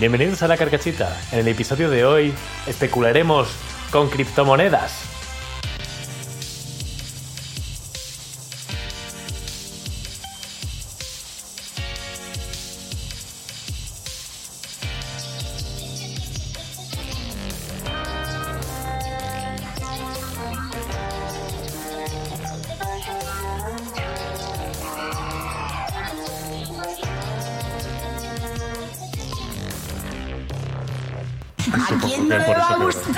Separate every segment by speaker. Speaker 1: Bienvenidos a La Carcachita. En el episodio de hoy especularemos con criptomonedas.
Speaker 2: ¿A quién no le va a gustar?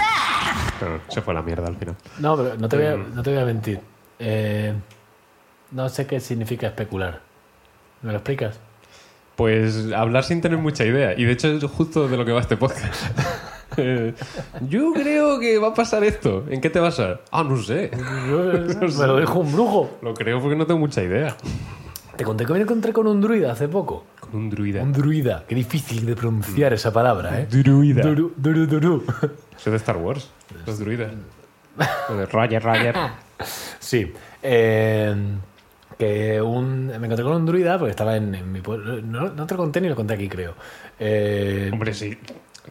Speaker 3: Claro, se fue a la mierda al final.
Speaker 1: No, pero no te voy a, no te voy a mentir. Eh, no sé qué significa especular. ¿Me lo explicas?
Speaker 3: Pues hablar sin tener mucha idea. Y de hecho es justo de lo que va este podcast. Eh, Yo creo que va a pasar esto. ¿En qué te basa? Ah, no sé.
Speaker 1: Yo, eh, me lo dijo un brujo.
Speaker 3: Lo creo porque no tengo mucha idea.
Speaker 1: Te conté que me encontré con un druida hace poco.
Speaker 3: Con un druida.
Speaker 1: Un druida. Qué difícil de pronunciar esa palabra, ¿eh?
Speaker 3: druida.
Speaker 1: Duru, duru, duru.
Speaker 3: Soy de Star Wars. Los druidas. Lo de Roger, Roger.
Speaker 1: Sí. eh, que un, me encontré con un druida porque estaba en, en mi pueblo. No, no te lo conté ni lo conté aquí, creo. Eh,
Speaker 3: Hombre, sí.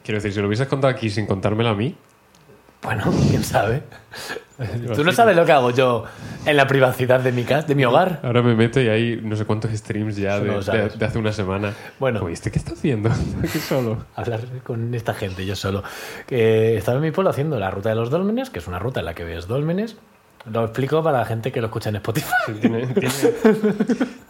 Speaker 3: Quiero decir, si lo hubieses contado aquí sin contármelo a mí,
Speaker 1: Bueno, quién sabe. Tú no sabes lo que hago yo en la privacidad de mi casa, de mi hogar.
Speaker 3: ahora me meto y hay no sé cuántos streams ya
Speaker 1: Eso
Speaker 3: de,
Speaker 1: no lo
Speaker 3: de-
Speaker 1: sabes.
Speaker 3: de hace una semana.
Speaker 1: Bueno.
Speaker 3: Oye, ¿este qué está haciendo? Aquí solo.
Speaker 1: Hablar con esta gente yo solo. Que estaba en mi pueblo haciendo la ruta de los dólmenes, que es una ruta en la que ves dólmenes. Lo explico para la gente que lo escucha en Spotify.
Speaker 3: Tiene, tiene,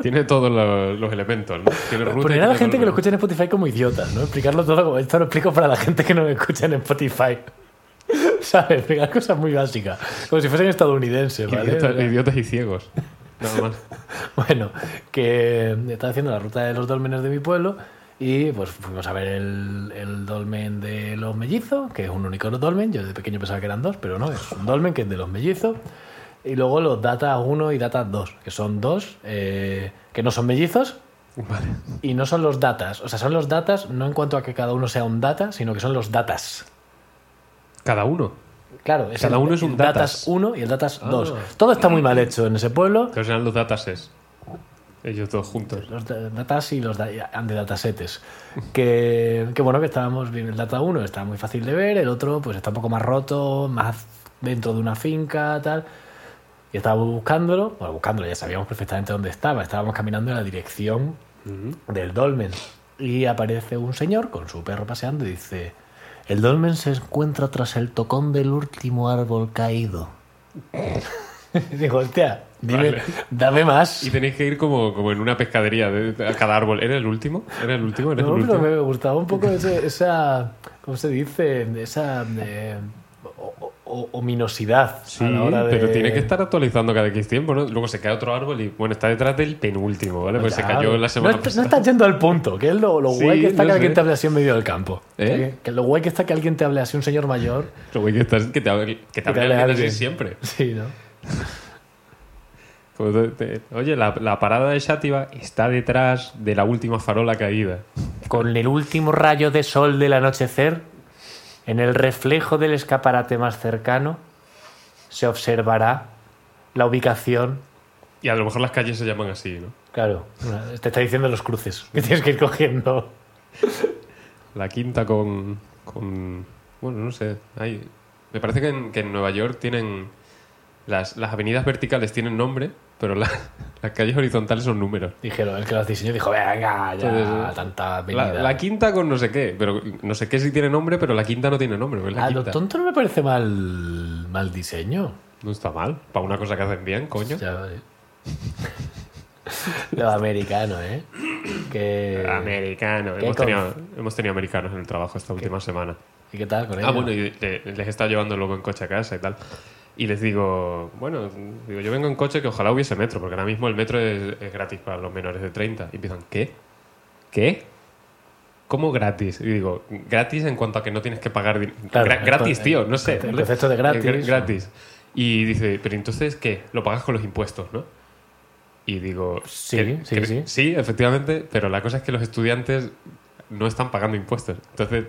Speaker 3: tiene todos lo- los elementos, ¿no? Tiene ruta y
Speaker 1: Poner Pues a la
Speaker 3: tiene
Speaker 1: gente que lo
Speaker 3: todo
Speaker 1: escucha en Spotify como idiotas, ¿no? Explicarlo todo como esto lo explico para la gente que no me escucha en Spotify. ¿Sabes? Explicar cosas muy básicas. Como si fuesen estadounidenses, ¿vale?
Speaker 3: Idiotas,
Speaker 1: O sea,
Speaker 3: idiotas y ciegos. Nada más.
Speaker 1: Bueno, que estaba haciendo la ruta de los dolmenes de mi pueblo y pues fuimos a ver el, el dolmen de los mellizos, que es un único dolmen, yo de pequeño pensaba que eran dos, pero no, es un dolmen que es de los mellizos. Y luego los data 1 y data 2, que son dos eh, que no son mellizos
Speaker 3: Vale.
Speaker 1: y no son los datas. O sea, son los datas no en cuanto a que cada uno sea un data, sino que son los datas.
Speaker 3: Cada uno.
Speaker 1: Claro, es
Speaker 3: Cada
Speaker 1: el-
Speaker 3: uno es un
Speaker 1: el
Speaker 3: datas.
Speaker 1: 1 y el datas
Speaker 3: Ah.
Speaker 1: 2. Todo está muy mal hecho en ese pueblo.
Speaker 3: Entonces eran los datases. Ellos todos juntos.
Speaker 1: los da- datas y los da- and the datasetes. Que, que bueno, que estábamos bien. El data 1 está muy fácil de ver, el otro pues está un poco más roto, más dentro de una finca, tal. Y estábamos buscándolo, bueno, buscándolo, ya sabíamos perfectamente dónde estaba, estábamos caminando en la dirección del dolmen. Y aparece un señor con su perro paseando y dice, el dolmen se encuentra tras el tocón del último árbol caído. Y Digo, hostia, dime,
Speaker 3: Vale.
Speaker 1: dame más.
Speaker 3: Y tenéis que ir como, como en una pescadería de, a cada árbol. ¿Era el último? ¿Era el último? ¿Era
Speaker 1: No,
Speaker 3: el
Speaker 1: pero
Speaker 3: último?
Speaker 1: me gustaba un poco ese- esa. ¿Cómo se dice? Esa. eh, o- o- ominosidad.
Speaker 3: Sí,
Speaker 1: a la hora de-
Speaker 3: pero tiene que estar actualizando cada X tiempo, ¿no? Luego se cae otro árbol y, bueno, está detrás del penúltimo, ¿vale? Pues se
Speaker 1: Claro.
Speaker 3: cayó la
Speaker 1: no,
Speaker 3: semana
Speaker 1: está- no
Speaker 3: pasada.
Speaker 1: estás yendo al punto, que es lo, lo
Speaker 3: Sí,
Speaker 1: guay que está
Speaker 3: no
Speaker 1: que alguien
Speaker 3: sé.
Speaker 1: te hable así en medio del campo.
Speaker 3: ¿Eh?
Speaker 1: Que, que lo guay que está que alguien te hable así, un señor mayor.
Speaker 3: Lo güey que, estás, que te hable, que te hable
Speaker 1: hable
Speaker 3: alguien así
Speaker 1: alguien.
Speaker 3: siempre.
Speaker 1: Sí, ¿no?
Speaker 3: Como te- Pues, eh, te- oye, la, la parada de Shativa está detrás de la última farola caída.
Speaker 1: Con el último rayo de sol del anochecer, en el reflejo del escaparate más cercano, se observará la ubicación
Speaker 3: Y a lo mejor las calles se llaman así, ¿no?
Speaker 1: Claro, una- te está diciendo los cruces que tienes que ir cogiendo.
Speaker 3: La quinta con. con bueno, no sé. Hay, me parece que en, que en Nueva York tienen. Las, las avenidas verticales tienen nombre, pero la- las calles horizontales son números.
Speaker 1: Dijeron, el que los diseñó dijo, venga, ya,
Speaker 3: Entonces,
Speaker 1: tanta
Speaker 3: La,
Speaker 1: avenida.
Speaker 3: la quinta con no sé qué, pero no sé qué si tiene nombre, pero la quinta no tiene nombre. pues la
Speaker 1: a Ah, lo
Speaker 3: quinta.
Speaker 1: tonto no me parece mal, mal diseño.
Speaker 3: No está mal, para una cosa que hacen bien, coño.
Speaker 1: Ya, vale. lo americano, ¿eh? Que,
Speaker 3: Americano,
Speaker 1: ¿Qué
Speaker 3: hemos
Speaker 1: con-
Speaker 3: tenido, hemos tenido americanos en el trabajo esta última semana.
Speaker 1: ¿Y qué tal con ello?
Speaker 3: Ah, bueno, y le- les he estado llevando luego en coche a casa y tal. Y les digo, bueno, digo, yo vengo en coche que ojalá hubiese metro, porque ahora mismo el metro es, es gratis para los menores de 30. Y empiezan, ¿qué? ¿Qué? ¿Cómo gratis? Y digo, gratis en cuanto a que no tienes que pagar din-
Speaker 1: Claro,
Speaker 3: Gra-
Speaker 1: el
Speaker 3: gratis,
Speaker 1: con-
Speaker 3: tío,
Speaker 1: el
Speaker 3: no sé.
Speaker 1: concepto- el concepto de gratis.
Speaker 3: Eh, gra- gratis. Y dice, pero entonces, ¿qué? Lo pagas con los impuestos, ¿no? Y digo,
Speaker 1: Sí,
Speaker 3: que-
Speaker 1: sí,
Speaker 3: que-
Speaker 1: sí.
Speaker 3: Sí, efectivamente, pero la cosa es que los estudiantes no están pagando impuestos. Entonces,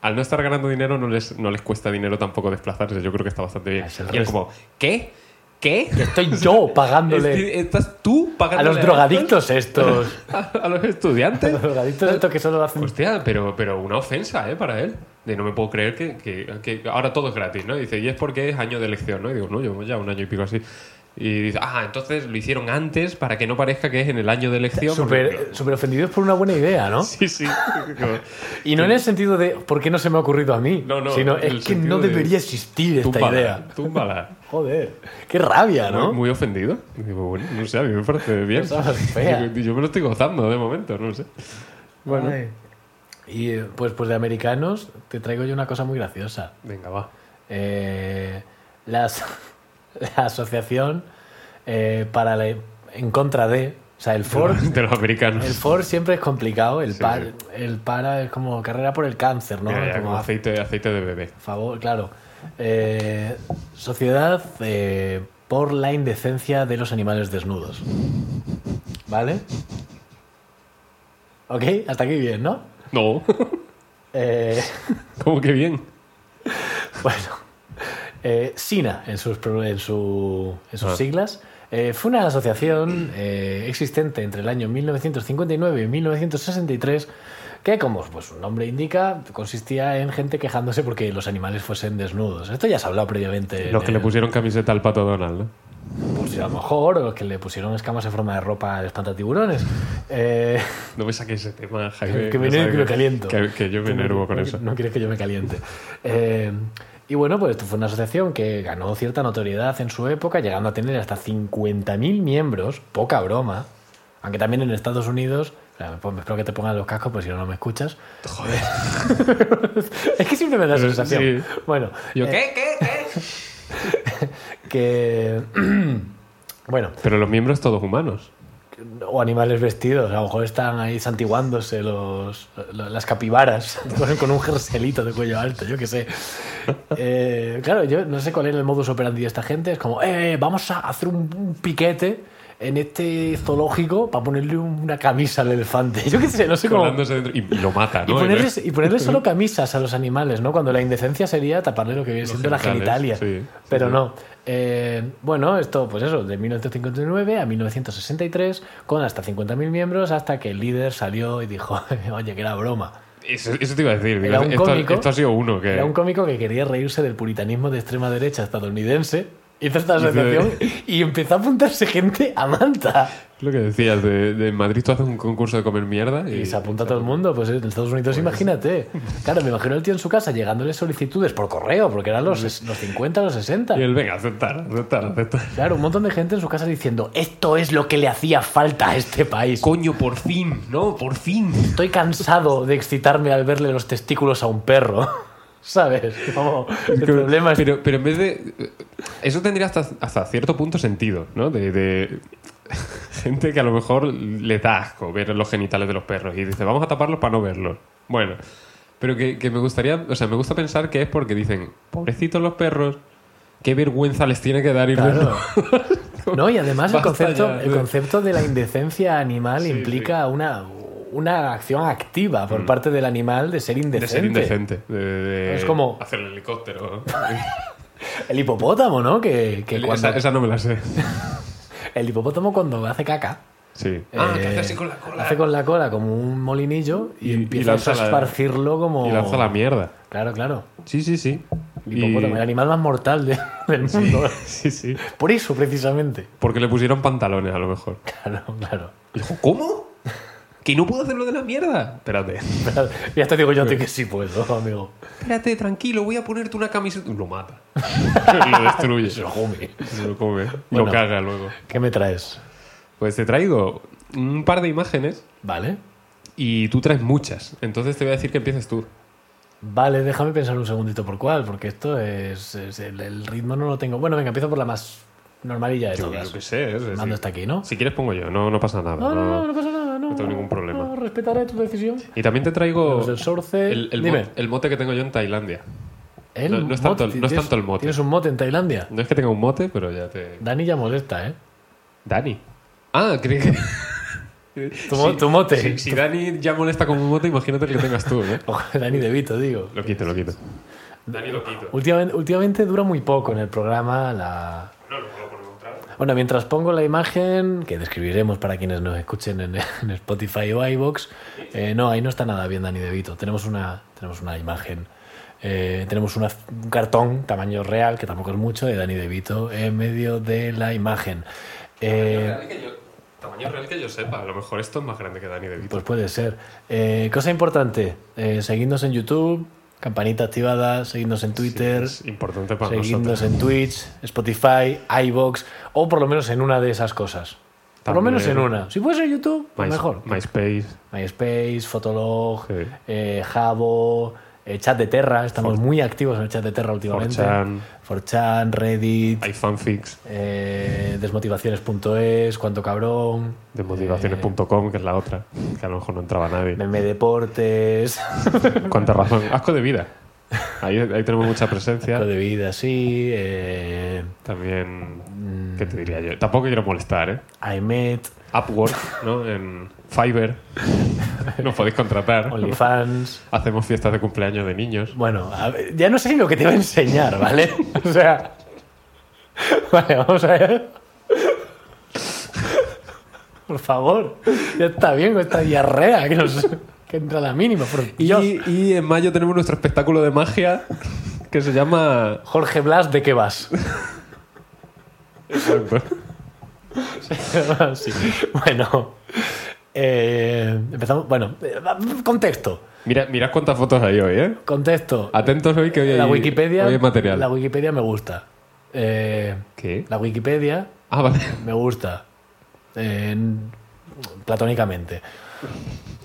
Speaker 3: al no
Speaker 1: Ah,
Speaker 3: estar ganando dinero, no les, no les cuesta dinero tampoco desplazarse. Yo creo que está bastante bien.
Speaker 1: Es el
Speaker 3: Y es
Speaker 1: resto.
Speaker 3: como, ¿qué? ¿Qué?
Speaker 1: Que estoy yo pagándole
Speaker 3: Esti- Estás tú
Speaker 1: a
Speaker 3: pagando
Speaker 1: los drogadictos estos.
Speaker 3: A, a los
Speaker 1: A
Speaker 3: estudiantes.
Speaker 1: los drogadictos estos que solo hacen.
Speaker 3: Hostia, pero, pero una ofensa, ¿eh? Para él. De no me puedo creer que, que- que ahora todo es gratis, ¿no? Y dice, y es porque es año de elección, ¿no? Y digo, no, llevo ya un año y pico así. Y dice, ah, entonces lo hicieron antes para que no parezca que es en el año de elección.
Speaker 1: Super, super ofendidos por una buena idea, ¿no?
Speaker 3: Sí, sí. Como,
Speaker 1: Y no en el sentido de ¿por qué no se me ha ocurrido a mí?
Speaker 3: No, no,
Speaker 1: sino es
Speaker 3: en el
Speaker 1: que no
Speaker 3: sentido de-
Speaker 1: debería existir esta
Speaker 3: túmbala,
Speaker 1: idea.
Speaker 3: Túmbala.
Speaker 1: Joder, qué rabia, ¿no?
Speaker 3: Muy, muy ofendido. Y digo, bueno, no sé, a mí me parece bien.
Speaker 1: Cosas feas.
Speaker 3: Yo me lo estoy gozando de momento, no sé. Bueno,
Speaker 1: Ay. Y eh, pues, pues de americanos te traigo yo una cosa muy graciosa.
Speaker 3: venga, va.
Speaker 1: Eh, las, la asociación eh, para la- en contra de, o sea, el Ford,
Speaker 3: de los americanos.
Speaker 1: el Ford siempre es complicado, el,
Speaker 3: Sí.
Speaker 1: par- el para es como carrera por el cáncer, ¿no?
Speaker 3: Mira, ya,
Speaker 1: Como
Speaker 3: como
Speaker 1: a
Speaker 3: aceite, aceite de bebé.
Speaker 1: favor, claro. Eh, sociedad eh, por la indecencia de los animales desnudos. ¿Vale? Ok, hasta aquí bien, ¿no?
Speaker 3: No,
Speaker 1: Eh,
Speaker 3: como que bien.
Speaker 1: Bueno, eh, SINA, en sus, pro- en su- en sus
Speaker 3: Ah.
Speaker 1: siglas, eh, fue una asociación eh, existente entre el año 1959 y 1963 que, como pues, su nombre indica, consistía en gente quejándose porque los animales fuesen desnudos. Esto ya se ha hablado previamente. en
Speaker 3: Los que le
Speaker 1: el-
Speaker 3: pusieron camiseta al pato Donald, ¿no?
Speaker 1: pues, a lo mejor, o los que le pusieron escamas en forma de ropa al espantatiburones. Eh,
Speaker 3: No me saques ese tema, Jaime.
Speaker 1: que me,
Speaker 3: ya sabes
Speaker 1: que me caliento.
Speaker 3: Que, que yo me
Speaker 1: Que no-
Speaker 3: enervo con
Speaker 1: no-
Speaker 3: eso.
Speaker 1: No quieres que yo me caliente. Eh, y bueno, pues esto fue una asociación que ganó cierta notoriedad en su época, llegando a tener hasta 50.000 miembros, poca broma. Aunque también en Estados Unidos, claro, pues espero que te pongan los cascos, pues si no, no me escuchas.
Speaker 3: Joder.
Speaker 1: Es que siempre me da esa
Speaker 3: Sí.
Speaker 1: sensación. Bueno,
Speaker 3: Yo,
Speaker 1: eh,
Speaker 3: ¿qué, qué, qué?
Speaker 1: que. bueno,
Speaker 3: Pero los miembros todos humanos.
Speaker 1: o animales vestidos, a lo mejor están ahí santiguándose los, lo- las capibaras con, con un jerselito de cuello alto, yo qué sé. Eh, claro, yo no sé cuál es el modus operandi de esta gente, es como, eh, vamos a hacer un, un piquete en este zoológico para ponerle una camisa al elefante, yo qué sé, no sé cómo...
Speaker 3: Colándose dentro. Y, y lo mata,
Speaker 1: Y
Speaker 3: ¿no?
Speaker 1: ponerles, y ponerles solo camisas a los animales, ¿no? Cuando la indecencia sería taparle lo que viene
Speaker 3: Los
Speaker 1: siendo la genitalia.
Speaker 3: genitales, sí, sí,
Speaker 1: Pero
Speaker 3: sí.
Speaker 1: no. Eh, bueno, esto, pues eso, de 1959 a 1963, con hasta 50.000 miembros, hasta que el líder salió y dijo, oye, que era broma.
Speaker 3: Eso, eso te iba a decir. digo,
Speaker 1: Era un
Speaker 3: esto,
Speaker 1: cómico.
Speaker 3: esto ha sido uno que.
Speaker 1: Era un cómico que quería reírse del puritanismo de extrema derecha estadounidense. Hizo esta
Speaker 3: Hizo-
Speaker 1: asociación y empezó a apuntarse gente a manta.
Speaker 3: Lo que decías, de, de en Madrid tú haces un concurso de comer mierda y,
Speaker 1: Y se apunta a todo el mundo, pues en Estados Unidos, imagínate. Claro, me imagino el tío en su casa llegándole solicitudes por correo, porque eran los, ses- los 50, los 60.
Speaker 3: Y él, venga, aceptar, aceptar, aceptar.
Speaker 1: Claro, un montón de gente en su casa diciendo, esto es lo que le hacía falta a este país.
Speaker 3: Coño, por fin, no, por fin.
Speaker 1: Estoy cansado de excitarme al verle los testículos a un perro. ¿Sabes? Como, el
Speaker 3: Pero-
Speaker 1: problema es...
Speaker 3: Pero, pero en vez de. Eso tendría hasta, hasta cierto punto sentido, ¿no? De, de- Gente que a lo mejor le da asco ver los genitales de los perros y dice, vamos a taparlos para no verlos. Bueno, pero que, que me gustaría. O sea, me gusta pensar que es porque dicen, pobrecitos los perros, qué vergüenza les tiene que dar ir
Speaker 1: Claro.
Speaker 3: desnudos".
Speaker 1: No, y además el
Speaker 3: Basta
Speaker 1: concepto,
Speaker 3: ya.
Speaker 1: el concepto de la indecencia animal
Speaker 3: Sí,
Speaker 1: implica Una, una acción activa por parte del animal de ser indecente.
Speaker 3: De ser indecente. de- de-
Speaker 1: Es como-
Speaker 3: Hacer el helicóptero.
Speaker 1: El hipopótamo, ¿no? Que, que cuando...
Speaker 3: esa, esa no me la sé.
Speaker 1: El hipopótamo cuando hace caca.
Speaker 3: Sí.
Speaker 1: eh, Hace con la cola como un molinillo y,
Speaker 3: Y- y
Speaker 1: empieza
Speaker 3: lanza
Speaker 1: a
Speaker 3: la-
Speaker 1: esparcirlo como.
Speaker 3: Y lanza la mierda.
Speaker 1: Claro, claro.
Speaker 3: Sí, sí, sí.
Speaker 1: El hipopótamo, el animal más mortal de- del mundo.
Speaker 3: Sí, sí.
Speaker 1: Por eso, precisamente.
Speaker 3: Porque le pusieron pantalones, a lo mejor.
Speaker 1: Claro, claro.
Speaker 3: Y dijo, ¿cómo? ¿Que no puedo hacerlo de la mierda? Espérate.
Speaker 1: Ya te digo yo a ti que sí puedo, amigo.
Speaker 3: Espérate, tranquilo, voy a ponerte una camiseta. Lo mata. lo destruye.
Speaker 1: Pero, homie,
Speaker 3: Se lo come.
Speaker 1: Bueno.
Speaker 3: Lo caga luego.
Speaker 1: ¿Qué me traes?
Speaker 3: Pues te traigo un par de imágenes
Speaker 1: ¿Vale?
Speaker 3: y tú traes muchas. Entonces te voy a decir que empieces tú.
Speaker 1: Vale, déjame pensar un segundito por cuál, porque esto es. es el, el ritmo no lo tengo. Bueno, venga, empiezo por la más normalilla de todas.
Speaker 3: qué sé. es decir,
Speaker 1: Mando hasta aquí, ¿no?
Speaker 3: Si quieres pongo yo, no, no pasa nada.
Speaker 1: No, no,
Speaker 3: no.
Speaker 1: no, no pasa nada, no.
Speaker 3: no tengo ningún problema.
Speaker 1: No, respetaré tu decisión.
Speaker 3: Y también te traigo
Speaker 1: Los del Sorce.
Speaker 3: el, el
Speaker 1: Dime.
Speaker 3: mot- el mote que tengo yo en Tailandia.
Speaker 1: El
Speaker 3: No- no es tanto el-
Speaker 1: mote,
Speaker 3: no es
Speaker 1: tienes-
Speaker 3: tanto el eh. mote.
Speaker 1: Tienes un mote en Tailandia.
Speaker 3: No es que tenga un mote, pero ya te...
Speaker 1: Dani ya molesta, ¿eh?
Speaker 3: Dani. Ah, creí que...
Speaker 1: Tu, mo- tu mote.
Speaker 3: Si, si Dani ya molesta con un mote, imagínate el que tengas tú, ¿no?
Speaker 1: Ojo, Dani de Vito, digo.
Speaker 3: Lo quito, lo quito. Dani lo quito.
Speaker 1: Últimamente, últimamente dura muy poco en el programa la,
Speaker 3: No, lo pongo
Speaker 1: Bueno, mientras pongo la imagen, que describiremos para quienes nos escuchen en, en Spotify o iVoox, eh, no, ahí no está nada bien Dani De Vito. Tenemos una, tenemos una imagen, eh, tenemos una- un cartón tamaño real, que tampoco es mucho, de Dani De Vito en medio de la imagen. Eh,
Speaker 3: Tamaño real que yo sepa, a lo mejor esto es más grande que Dani De Vito.
Speaker 1: pues puede ser. Eh, cosa importante, eh, seguidnos en YouTube, campanita activada, seguidnos en Twitter,
Speaker 3: Es importante para
Speaker 1: seguidnos
Speaker 3: nosotros.
Speaker 1: en Twitch, Spotify, iBox o por lo menos en una de esas cosas. Por lo
Speaker 3: También.
Speaker 1: menos en una. Si fuese YouTube, pues
Speaker 3: My-
Speaker 1: mejor.
Speaker 3: MySpace.
Speaker 1: MySpace, Fotolog,
Speaker 3: Sí.
Speaker 1: eh, Jabo, eh, chat de Terra. Estamos muy activos en el chat de Terra últimamente.
Speaker 3: 4chan.
Speaker 1: 4chan, Reddit,
Speaker 3: Hay fanfics
Speaker 1: eh, desmotivaciones.es, Cuanto Cabrón,
Speaker 3: de motivaciones.com, que es la otra, que a lo mejor no entraba nadie.
Speaker 1: Meme Deportes,
Speaker 3: Cuánta razón. Asco de vida. Ahí, ahí tenemos mucha presencia.
Speaker 1: Estilo de Vida, sí, eh, mm,
Speaker 3: También, ¿qué te diría yo? Tampoco quiero molestar, ¿eh?
Speaker 1: iMet,
Speaker 3: Upwork, ¿no? En Fiverr. Nos podéis contratar.
Speaker 1: OnlyFans.
Speaker 3: Hacemos fiestas de cumpleaños de niños.
Speaker 1: Bueno, a ver, ya no sé ni lo que te iba a enseñar, ¿vale? O sea. Vale, vamos a ver. Por favor, ya está bien con esta diarrea que, nos, que entra a la mínima. Por
Speaker 3: Y,
Speaker 1: Dios.
Speaker 3: y en mayo tenemos nuestro espectáculo de magia que se llama...
Speaker 1: Jorge Blas, ¿de qué vas? Sí. Bueno, eh, empezamos. Bueno, eh, contexto.
Speaker 3: Mira, mirad cuántas fotos hay hoy, ¿eh?
Speaker 1: Contexto.
Speaker 3: Atentos hoy que hoy hay,
Speaker 1: la Wikipedia.
Speaker 3: hoy hay material.
Speaker 1: La Wikipedia me gusta. Eh,
Speaker 3: ¿Qué?
Speaker 1: la Wikipedia
Speaker 3: Ah, vale.
Speaker 1: Me gusta. Eh, platónicamente.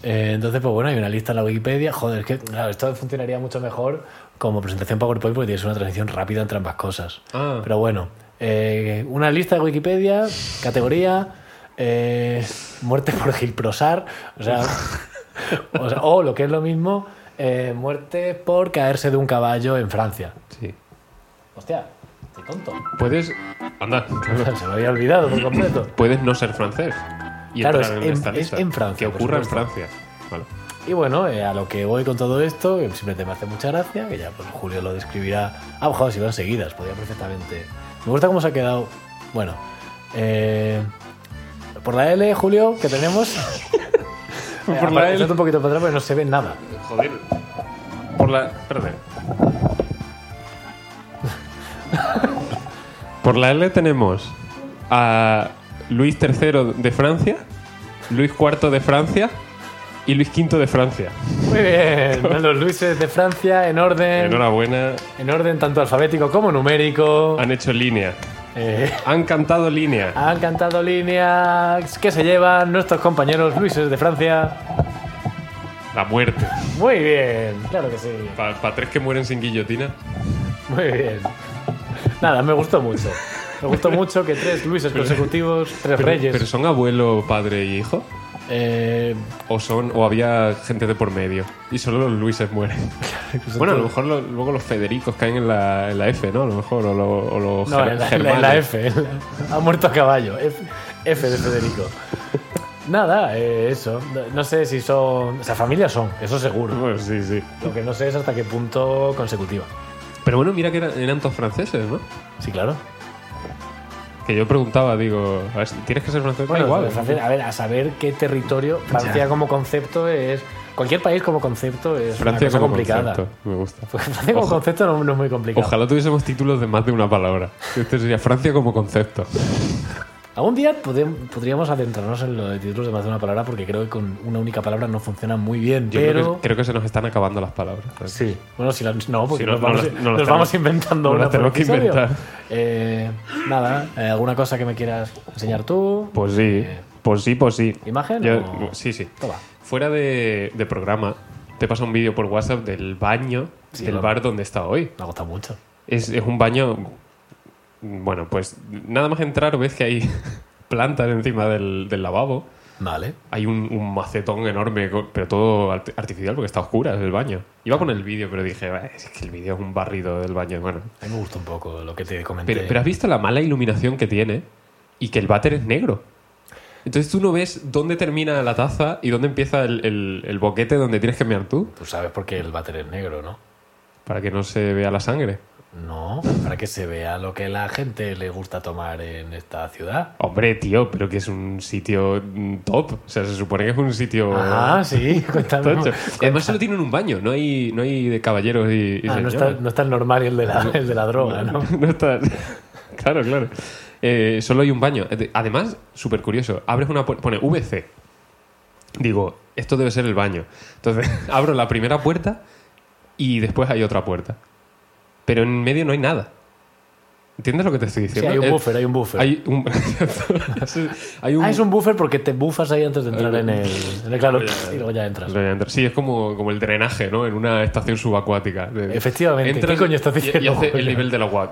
Speaker 1: Eh, entonces, pues bueno, hay una lista en la Wikipedia. Joder, es que claro, esto funcionaría mucho mejor como presentación PowerPoint porque tienes una transición rápida entre ambas cosas.
Speaker 3: Ah.
Speaker 1: Pero bueno, eh, una lista de Wikipedia, categoría, eh, muerte por gilprosar, o sea, o, sea, o lo que es lo mismo, eh, muerte por caerse de un caballo en Francia.
Speaker 3: Sí.
Speaker 1: Hostia, qué tonto.
Speaker 3: Puedes... Anda.
Speaker 1: Se me había olvidado por completo.
Speaker 3: Puedes no ser francés. Y
Speaker 1: Claro,
Speaker 3: entrar
Speaker 1: es
Speaker 3: en,
Speaker 1: en-
Speaker 3: esta
Speaker 1: es
Speaker 3: lista.
Speaker 1: en Francia,
Speaker 3: Que
Speaker 1: por
Speaker 3: ocurra en
Speaker 1: supuesto.
Speaker 3: Francia. Vale.
Speaker 1: Y bueno, eh, a lo que voy con todo esto, que simplemente me hace mucha gracia, que ya pues Julio lo describirá. Ah, joder, si van seguidas, podía perfectamente. Me gusta cómo se ha quedado. Bueno, eh, por la L, Julio, que tenemos. Eh,
Speaker 3: Por la L.
Speaker 1: aprovechate un poquito para atrás porque no se ve nada.
Speaker 3: Joder. Por la. Espérate. Por la L tenemos a Luis III de Francia, Luis IV de Francia y Luis V de Francia.
Speaker 1: Muy bien, van los Luises de Francia en orden,
Speaker 3: Enhorabuena,
Speaker 1: en orden tanto alfabético como numérico.
Speaker 3: han hecho línea.
Speaker 1: Eh,
Speaker 3: Han cantado línea.
Speaker 1: han cantado líneas que se llevan nuestros compañeros Luises de Francia.
Speaker 3: La muerte.
Speaker 1: Muy bien, claro que sí.
Speaker 3: Para tres que mueren sin guillotina.
Speaker 1: Muy bien. Nada, me gustó mucho. Me gustó mucho que tres Luises consecutivos, tres
Speaker 3: Pero,
Speaker 1: reyes.
Speaker 3: pero son abuelo, padre y hijo.
Speaker 1: Eh,
Speaker 3: O son, o había gente de por medio. Y solo los Luises mueren. Bueno, a lo mejor lo- luego los Federicos caen en la, en la F, ¿no? A lo mejor, o, lo- o los
Speaker 1: no, en
Speaker 3: Ger-
Speaker 1: la, en la-
Speaker 3: Germanes.
Speaker 1: en la F. en la- Ha muerto a caballo. F, F de Federico. Nada, eh, eso. No- No sé si son. O sea, familias son, eso seguro.
Speaker 3: Bueno, sí, sí.
Speaker 1: Lo que no sé es hasta qué punto consecutiva.
Speaker 3: Pero bueno, mira que eran, eran todos franceses, ¿no?
Speaker 1: Sí, claro.
Speaker 3: Que yo preguntaba, digo, a ver, ¿tienes que ser francés? Da
Speaker 1: Bueno,
Speaker 3: igual.
Speaker 1: Francia- a ver, a saber qué territorio. Francia
Speaker 3: Ya.
Speaker 1: como concepto es. Cualquier país como concepto es
Speaker 3: Francia
Speaker 1: una cosa
Speaker 3: como
Speaker 1: complicada.
Speaker 3: concepto, me gusta.
Speaker 1: Francia como
Speaker 3: Ojo-
Speaker 1: concepto no, no es muy complicado.
Speaker 3: Ojalá tuviésemos títulos de más de una palabra. Este sería Francia como concepto.
Speaker 1: Algún día podem- podríamos adentrarnos en lo de títulos de más de una palabra porque creo que con una única palabra no funciona muy bien,
Speaker 3: Yo
Speaker 1: pero...
Speaker 3: creo, que, creo que se nos están acabando las palabras.
Speaker 1: Sí. Bueno, si las... No, porque
Speaker 3: Si no,
Speaker 1: nos,
Speaker 3: no
Speaker 1: vamos,
Speaker 3: las- no las
Speaker 1: nos vamos
Speaker 3: tenemos-
Speaker 1: inventando
Speaker 3: no
Speaker 1: una
Speaker 3: las
Speaker 1: por
Speaker 3: tenemos que
Speaker 1: episodio.
Speaker 3: inventar.
Speaker 1: Eh, nada, eh, ¿alguna cosa que me quieras enseñar tú?
Speaker 3: Pues sí, pues sí, pues sí.
Speaker 1: Eh, ¿Imagen
Speaker 3: Yo-
Speaker 1: o-
Speaker 3: Sí, sí.
Speaker 1: Toma.
Speaker 3: Fuera de, de programa, te pasa un vídeo por WhatsApp del baño
Speaker 1: Sí,
Speaker 3: del
Speaker 1: lo-
Speaker 3: bar donde está hoy.
Speaker 1: Me ha gustado mucho.
Speaker 3: Es, es un baño. Bueno, pues nada más entrar ves que hay plantas encima del, del lavabo.
Speaker 1: Vale.
Speaker 3: Hay un, un macetón enorme, co- pero todo art- artificial porque está oscura el baño. Iba con el vídeo, pero dije, "Bah, es que el vídeo es un barrido del baño. Bueno,
Speaker 1: A mí me gustó un poco lo que te comenté.
Speaker 3: pero, pero has visto la mala iluminación que tiene y que el váter es negro. Entonces tú no ves dónde termina la taza y dónde empieza el, el- el boquete donde tienes que mear tú.
Speaker 1: Tú sabes por qué el váter es negro, ¿no?
Speaker 3: para que no se vea la sangre.
Speaker 1: No, para que se vea lo que la gente le gusta tomar en esta ciudad.
Speaker 3: Hombre, tío, pero que es un sitio mm, top. O sea, se supone que es un sitio.
Speaker 1: Ah, sí, cuéntame.
Speaker 3: Oh. tocho. Además, solo tienen un baño, no hay, no hay de caballeros y, y
Speaker 1: Ah, no,
Speaker 3: señoras.
Speaker 1: está, no es tan normal el de la, el de la droga, ¿no?
Speaker 3: No está- Claro, claro. Eh, solo hay un baño. Además, súper curioso, abres una puerta, pone VC. Digo, esto debe ser el baño. Entonces, abro la primera puerta y después hay otra puerta. Pero en medio no hay nada. ¿Entiendes lo que te
Speaker 1: Sí,
Speaker 3: estoy diciendo?
Speaker 1: hay un
Speaker 3: Eh,
Speaker 1: buffer, hay un buffer.
Speaker 3: Hay un... hay un-
Speaker 1: Ah, es un buffer porque te bufas ahí antes de entrar en el, en el claro
Speaker 3: Ya, ya, ya.
Speaker 1: y luego ya entras.
Speaker 3: Sí, es como, como el drenaje, ¿no? En una estación subacuática. De-
Speaker 1: Efectivamente, ¿qué coño estás
Speaker 3: y- Y,
Speaker 1: diciendo,
Speaker 3: hace el
Speaker 1: coño?
Speaker 3: nivel del agua.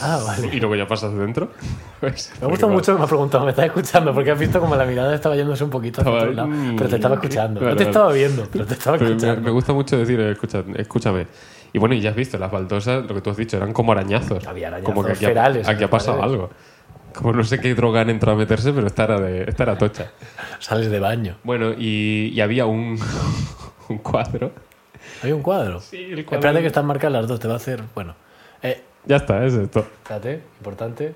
Speaker 1: Ah, vale.
Speaker 3: Y luego ya pasas dentro. Pues,
Speaker 1: Me gusta mucho que me has preguntado, me estás escuchando, porque has visto como la mirada estaba yéndose un poquito hacia
Speaker 3: Estaba-
Speaker 1: otro lado,
Speaker 3: Mm.
Speaker 1: pero te estaba escuchando.
Speaker 3: Vale,
Speaker 1: no te
Speaker 3: vale.
Speaker 1: estaba viendo, pero te estaba
Speaker 3: Pero me,
Speaker 1: escuchando.
Speaker 3: me gusta mucho decir, eh, escucha- escúchame. Y bueno, y ya has visto, las baldosas, lo que tú has dicho, eran como arañazos.
Speaker 1: Había arañazos
Speaker 3: como que aquí, ha-
Speaker 1: ferales en
Speaker 3: aquí ha
Speaker 1: las
Speaker 3: pasado
Speaker 1: paredes.
Speaker 3: algo. Como no sé qué droga han entrado a meterse, pero esta era, de, esta era tocha.
Speaker 1: Sales de baño.
Speaker 3: Bueno, y, y había un, un cuadro.
Speaker 1: Hay un cuadro.
Speaker 3: Sí, el cuadro.
Speaker 1: Espérate que están marcadas las dos, te va a hacer. Bueno, eh,
Speaker 3: Ya está, es esto.
Speaker 1: espérate, importante,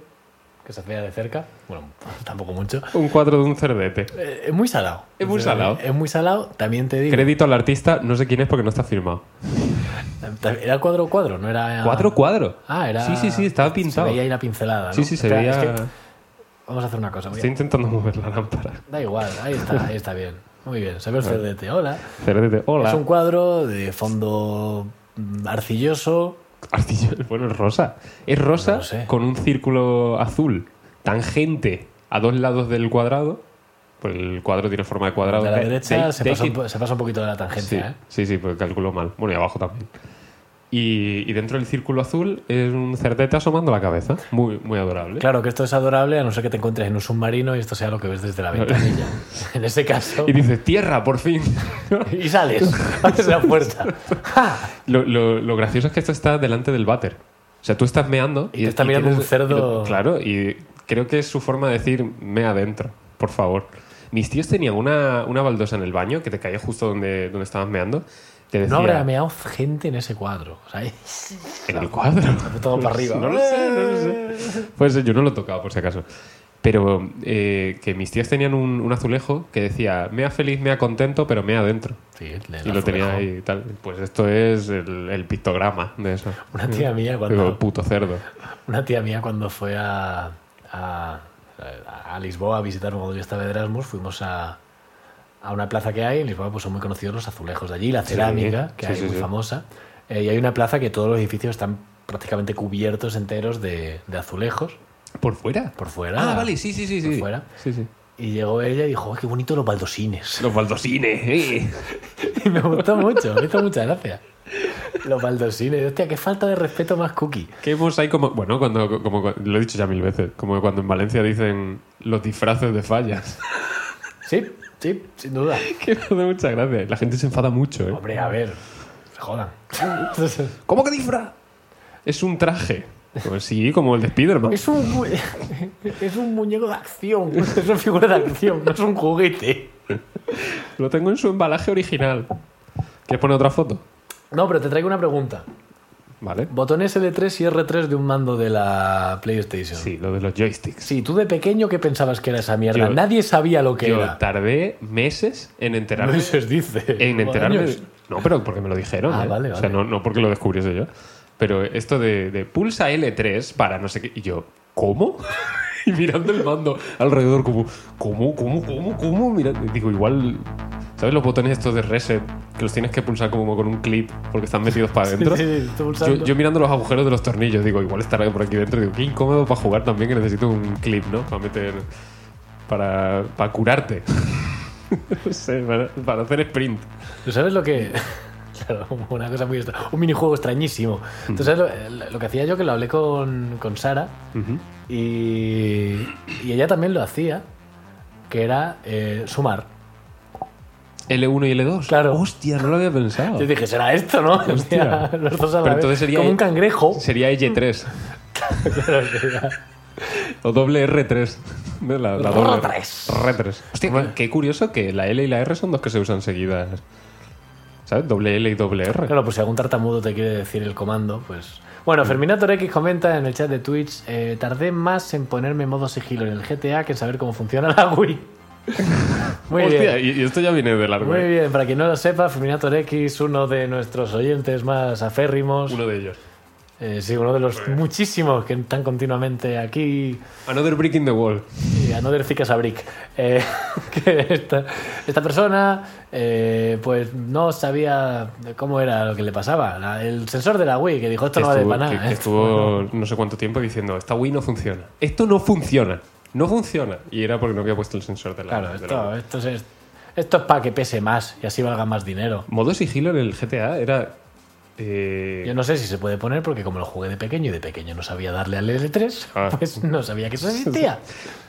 Speaker 1: que se vea de cerca. Bueno, tampoco mucho.
Speaker 3: Un cuadro de un cerdete.
Speaker 1: Eh, es muy salado.
Speaker 3: Es muy salado.
Speaker 1: Es muy salado, también te digo.
Speaker 3: Crédito al artista, no sé quién es porque no está firmado.
Speaker 1: Era cuadro cuadro, no era.
Speaker 3: ¿Cuadro cuadro?
Speaker 1: Ah, era.
Speaker 3: Sí, sí, sí, estaba pintado.
Speaker 1: Se veía ahí la pincelada. ¿no?
Speaker 3: Sí, sí, se
Speaker 1: Espera,
Speaker 3: veía...
Speaker 1: es que- Vamos a hacer una cosa. voy a-
Speaker 3: Estoy intentando mover la lámpara.
Speaker 1: Da igual, ahí está, ahí está bien. Muy bien, se ve el cerdete. Hola.
Speaker 3: Cerdete, hola.
Speaker 1: Es un cuadro de fondo mm, arcilloso.
Speaker 3: Artillo- Bueno, es rosa. Es rosa
Speaker 1: No lo sé.
Speaker 3: con un círculo azul tangente a dos lados del cuadrado. Pues el cuadro tiene forma de
Speaker 1: De
Speaker 3: cuadrado.
Speaker 1: la
Speaker 3: De-
Speaker 1: derecha
Speaker 3: de-
Speaker 1: se,
Speaker 3: de-
Speaker 1: pasa un, po- se pasa un poquito de la
Speaker 3: sí,
Speaker 1: tangencia. ¿eh?
Speaker 3: sí, sí, pues calculo mal. Bueno, y abajo también. Y, y dentro del círculo azul es un cerdete asomando la cabeza. Muy, muy adorable.
Speaker 1: Claro que esto es adorable a no ser que te encuentres en un submarino y esto sea lo que ves desde la ventanilla. en ese caso.
Speaker 3: Y dices, tierra, por fin.
Speaker 1: Y sales, haces la puerta. ¡Ja!
Speaker 3: Lo, lo- lo gracioso es que esto está delante del váter. O sea, tú estás meando.
Speaker 1: Y te está mirando un cerdo.
Speaker 3: y lo- claro, y creo que es su forma de decir, mea adentro, por favor. Mis tíos tenían una, una baldosa en el baño que te caía justo donde, donde estabas meando. Te decía,
Speaker 1: No habrá meado gente en ese cuadro. O sea,
Speaker 3: en el cuadro.
Speaker 1: todo para arriba.
Speaker 3: No lo sé, no lo sé. Pues yo no lo tocaba, por si acaso. Pero eh, que mis tíos tenían un, un azulejo que decía, mea feliz, mea contento, pero mea adentro.
Speaker 1: Sí, el
Speaker 3: Y lo tenía
Speaker 1: azulejo.
Speaker 3: ahí y tal. Pues esto es el, el pictograma de eso. Mm.
Speaker 1: Una tía mía cuando.
Speaker 3: Digo, puto cerdo.
Speaker 1: Una tía mía cuando fue a, a, a Lisboa a visitar cuando yo estaba de Erasmus, fuimos a, a una plaza que hay en Lisboa, pues son muy conocidos los azulejos de allí, la cerámica, que
Speaker 3: sí,
Speaker 1: hay
Speaker 3: sí,
Speaker 1: muy
Speaker 3: sí.
Speaker 1: famosa. Eh, y hay una plaza que todos los edificios están prácticamente cubiertos enteros de, de azulejos
Speaker 3: ¿Por fuera?
Speaker 1: por fuera.
Speaker 3: Ah, vale, sí, sí, sí.
Speaker 1: Por
Speaker 3: sí.
Speaker 1: fuera.
Speaker 3: Sí, sí.
Speaker 1: Y llegó ella y dijo, "Ay, qué bonito los baldosines.
Speaker 3: Los baldosines, eh.
Speaker 1: Y me gustó mucho, me hizo mucha gracia. Los baldosines, hostia, qué falta de respeto más cookie.
Speaker 3: Que hemos ahí como. Bueno, cuando, como, cu- lo he dicho ya mil veces. Como cuando en Valencia dicen los disfraces de fallas.
Speaker 1: Sí, sí, sin duda.
Speaker 3: que me da mucha gracia. La gente se enfada mucho, ¿eh?
Speaker 1: Hombre, a ver, se jodan.
Speaker 3: ¿Cómo que disfraz? Es un traje. Pues sí, como el de Spiderman.
Speaker 1: Es un, mu- es un muñeco de acción, es una figura de acción, no es un juguete.
Speaker 3: Lo tengo en su embalaje original. ¿Quieres poner otra foto?
Speaker 1: No, pero te traigo una pregunta.
Speaker 3: Vale.
Speaker 1: Botones L3 y R3 de un mando de la PlayStation.
Speaker 3: Sí, lo de los joysticks.
Speaker 1: Sí, tú de pequeño, ¿qué pensabas que era esa mierda?
Speaker 3: Yo-
Speaker 1: Nadie sabía lo que
Speaker 3: Yo
Speaker 1: era.
Speaker 3: tardé meses en enterarme.
Speaker 1: Meses, dice.
Speaker 3: En
Speaker 1: Como
Speaker 3: enterarme.
Speaker 1: años.
Speaker 3: No, pero porque me lo dijeron.
Speaker 1: Ah,
Speaker 3: ¿eh?
Speaker 1: vale,
Speaker 3: O sea,
Speaker 1: vale.
Speaker 3: no, no porque lo descubriese yo. Pero esto de, de pulsa L3 para no sé qué. Y yo, ¿cómo? y mirando el mando alrededor, como, ¿cómo, cómo, cómo, cómo? Mira, digo, igual. ¿Sabes los botones estos de reset? Que los tienes que pulsar como con un clip porque están metidos para adentro.
Speaker 1: Sí, sí, estoy
Speaker 3: Yo,
Speaker 1: pulsando.
Speaker 3: yo mirando los agujeros de los tornillos, digo, igual estará por aquí dentro. Digo, qué incómodo para jugar también, que necesito un clip, ¿no? Para meter. para, para curarte. no sé, para, para hacer sprint.
Speaker 1: ¿Tú sabes lo que.? Claro, una cosa muy. extra- Un minijuego extrañísimo. ¿Tú sabes lo, lo que hacía yo? Que lo hablé con, con Sara. y, y ella también lo hacía. Que era eh, sumar.
Speaker 3: L1 y L2.
Speaker 1: Claro.
Speaker 3: Hostia, no lo había pensado.
Speaker 1: Yo dije, será esto, ¿no?
Speaker 3: Hostia.
Speaker 1: Los dos a la
Speaker 3: Pero
Speaker 1: vez.
Speaker 3: entonces sería-
Speaker 1: Como un cangrejo.
Speaker 3: Sería E L3. o doble R3. ¿Ves? La, la doble
Speaker 1: R3.
Speaker 3: R3. Hostia, qué, qué curioso que la L y la R son dos que se usan seguidas. ¿Sabes? Doble L y doble R.
Speaker 1: Claro, pues si algún tartamudo te quiere decir el comando, pues... Bueno, Ferminator X comenta en el chat de Twitch, eh, tardé más en ponerme en modo sigilo en el GTA que en saber cómo funciona la Wii. Muy
Speaker 3: Hostia,
Speaker 1: bien.
Speaker 3: y- y esto ya viene de largo.
Speaker 1: Muy
Speaker 3: ¿eh?
Speaker 1: bien, para quien no lo sepa, Ferminator X, uno de nuestros oyentes más aférrimos,
Speaker 3: Uno de ellos.
Speaker 1: eh, sí, uno de los muchísimos que están continuamente aquí
Speaker 3: Another Brick in the Wall.
Speaker 1: Y Another Thick as a Brick. Eh, que esta, esta persona eh, pues no sabía cómo era lo que le pasaba. La- el sensor de la Wii que dijo esto no vale
Speaker 3: estuvo,
Speaker 1: para
Speaker 3: que-
Speaker 1: nada.
Speaker 3: que
Speaker 1: ¿eh?
Speaker 3: estuvo no sé cuánto tiempo diciendo, esta Wii no funciona. Esto no funciona. No funciona. Y era porque no había puesto el sensor de la...
Speaker 1: Claro,
Speaker 3: de la-
Speaker 1: esto, esto es, esto es para que pese más y así valga más dinero.
Speaker 3: Modo sigilo en el GTA era... eh,
Speaker 1: Yo no sé si se puede poner porque como lo jugué de pequeño y de pequeño no sabía darle al L3,
Speaker 3: Ah.
Speaker 1: pues no sabía que eso existía.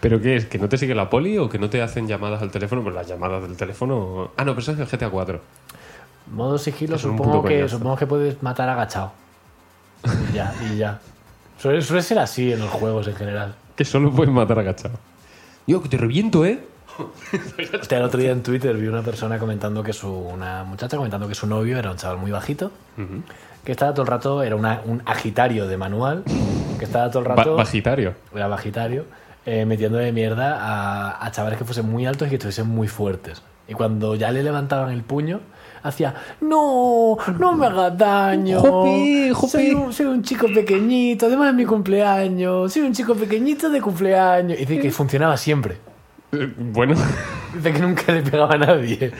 Speaker 3: ¿Pero qué es? ¿Que no te sigue la poli o que no te hacen llamadas al teléfono? Pues las llamadas del teléfono... Ah, no, pero eso es el GTA 4.
Speaker 1: Modo sigilo
Speaker 3: Es un
Speaker 1: supongo
Speaker 3: puto
Speaker 1: que,
Speaker 3: coñazo.
Speaker 1: supongo que puedes matar agachado. Y ya, y ya. Suele- suele ser así en los juegos en general.
Speaker 3: Que solo puedes matar agachado. Yo, que te reviento, ¿eh?
Speaker 1: Hostia, el otro día en Twitter vi una persona comentando que su. una muchacha comentando que su novio era un chaval muy bajito, que estaba todo el rato, era una- un agitario de manual, que estaba todo el
Speaker 3: Ba-
Speaker 1: rato.
Speaker 3: bajitario.
Speaker 1: era bajitario, eh, metiendo de mierda a, a chavales que fuesen muy altos y que estuviesen muy fuertes. Y cuando ya le levantaban el puño, hacía, no, no me hagas daño.
Speaker 3: Jupi, jupi".
Speaker 1: Soy, un, soy un chico pequeñito, además es mi cumpleaños, soy un chico pequeñito de cumpleaños. Y dice que funcionaba siempre.
Speaker 3: Eh, Bueno,
Speaker 1: Dice que nunca le pegaba a nadie.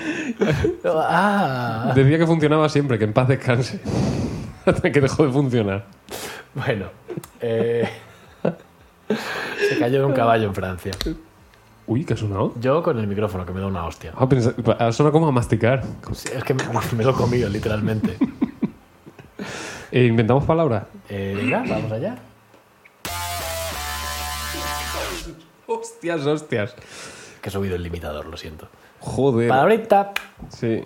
Speaker 1: ah,
Speaker 3: decía que funcionaba siempre, que en paz descanse. Hasta que dejó de funcionar.
Speaker 1: bueno. eh, se cayó de un caballo en Francia.
Speaker 3: Uy, ¿qué ha sonado?
Speaker 1: Yo con el micrófono, que me da una hostia.
Speaker 3: Ah, pensa- ha sonado como a masticar.
Speaker 1: Sí, es que me, me lo he comido, literalmente.
Speaker 3: Eh, ¿Inventamos palabras?
Speaker 1: Eh, venga, vamos allá.
Speaker 3: Hostias, hostias.
Speaker 1: Que he subido el limitador, lo siento.
Speaker 3: Joder.
Speaker 1: Palabrita,
Speaker 3: Sí.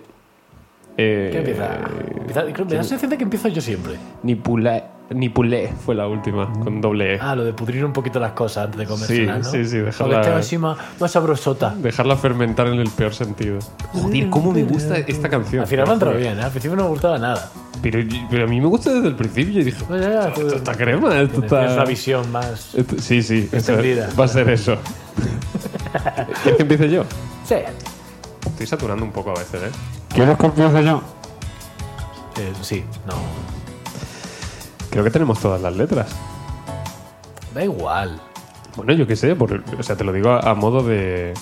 Speaker 3: Eh,
Speaker 1: ¿qué empieza? Empieza- creo- me da la sensación de que empiezo yo siempre.
Speaker 3: Nipulé. Nipulé fue la última, con doble E.
Speaker 1: Ah, lo de pudrir un poquito las cosas antes de
Speaker 3: Sí,
Speaker 1: comerse, ¿no?
Speaker 3: sí, sí, dejarla-
Speaker 1: Porque esté así más, más sabrosota.
Speaker 3: Dejarla fermentar en el peor sentido. Joder, cómo me gusta esta canción.
Speaker 1: Al final me ha entrado bien, ¿eh? al principio no me gustaba nada.
Speaker 3: Pero, pero a mí me gusta desde el principio. Yo dije,
Speaker 1: Pues ya, tú-
Speaker 3: esto está crema, esto
Speaker 1: tienes
Speaker 3: está...
Speaker 1: una visión más...
Speaker 3: Esto- sí, sí, esto-
Speaker 1: Extendida.
Speaker 3: va a ser eso. ¿Quieres que empiece yo?
Speaker 1: Sí.
Speaker 3: Estoy saturando un poco a veces, ¿eh?
Speaker 4: ¿Quieres que empiece yo?
Speaker 1: Eh, sí, no.
Speaker 3: Creo que tenemos todas las letras.
Speaker 1: Da igual.
Speaker 3: Bueno, yo qué sé, por- o sea, te lo digo a, a modo de,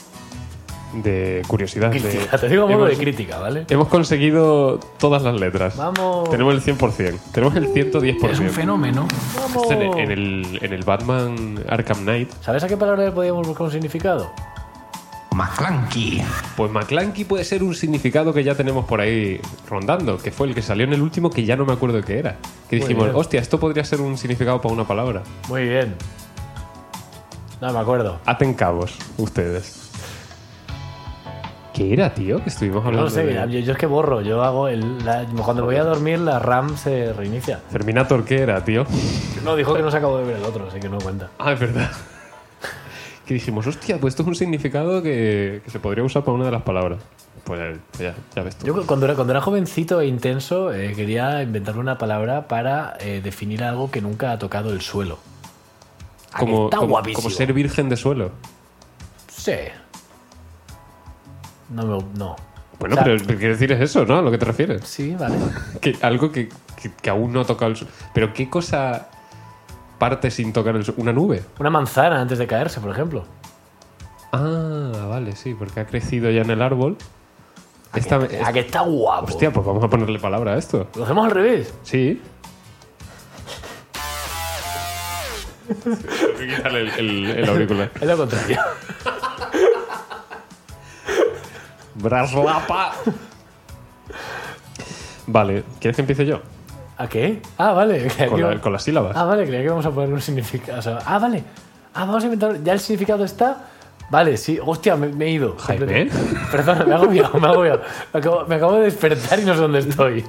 Speaker 3: de curiosidad. de-
Speaker 1: Crítica, te digo a modo
Speaker 3: hemos,
Speaker 1: de crítica, ¿vale?
Speaker 3: Hemos conseguido todas las letras.
Speaker 1: Vamos.
Speaker 3: Tenemos el 100%, tenemos el 110%.
Speaker 1: fenómeno. Vamos.
Speaker 3: En el, en el- en el Batman Arkham Knight,
Speaker 1: ¿Sabes a qué palabra le podíamos buscar un significado?
Speaker 2: McClanky.
Speaker 3: pues McClanky puede ser un significado que ya tenemos por ahí rondando, que fue el que salió en el último que ya no me acuerdo qué era. Que
Speaker 1: Muy
Speaker 3: dijimos,
Speaker 1: bien.
Speaker 3: hostia, esto podría ser un significado para una palabra.
Speaker 1: Muy bien. No me acuerdo.
Speaker 3: Aten cabos, ustedes. ¿Qué era, tío? Que estuvimos
Speaker 1: No
Speaker 3: hablando
Speaker 1: lo sé,
Speaker 3: de...
Speaker 1: mira, yo, yo es que borro, yo hago el. la- cuando voy a dormir, la RAM se reinicia.
Speaker 3: Terminator, ¿qué era, tío?
Speaker 1: No, dijo que no se acabó de ver el otro, así que no cuenta.
Speaker 3: Ah, es verdad. Que dijimos, hostia, pues esto es un significado que, que se podría usar para una de las palabras. Pues, ya, ya ves tú.
Speaker 1: Yo cu- cuando era, cuando era jovencito e intenso, eh, quería inventarme una palabra para eh, definir algo que nunca ha tocado el suelo. Ah, que
Speaker 3: como,
Speaker 1: está
Speaker 3: como-
Speaker 1: guapísimo.
Speaker 3: como ser virgen de suelo.
Speaker 1: Sí. No me. No.
Speaker 3: Bueno,
Speaker 1: O sea,
Speaker 3: pero quiere decir es eso, ¿no? A lo que te refieres.
Speaker 1: Sí, vale.
Speaker 3: Que, algo que, que- que aún no ha tocado el suelo. Pero ¿qué cosa parte sin tocar el suelo? ¿Una nube?
Speaker 1: Una manzana antes de caerse, por ejemplo.
Speaker 3: Ah, vale, sí, porque ha crecido ya en el árbol. Esta,
Speaker 1: Ah, que está guapo.
Speaker 3: hostia, pues vamos a ponerle palabra a esto.
Speaker 1: Lo hacemos al revés.
Speaker 3: Sí. Tengo que quitarle el, el- el auricular.
Speaker 1: Es lo contrario.
Speaker 3: ¡Braslapa! Vale, ¿quieres que empiece yo?
Speaker 1: ¿A qué? Ah, vale. creía
Speaker 3: Con,
Speaker 1: que-
Speaker 3: la- con las sílabas.
Speaker 1: Ah, vale, creía que vamos a poner un significado. o sea, ah, vale. Ah, vamos a inventar. Ya el significado está. Vale, sí. Hostia, me, me he ido.
Speaker 3: Jaime.
Speaker 1: Perdón, me he agobiado, me he agobiado. Me acabo, me acabo de despertar y no sé dónde estoy.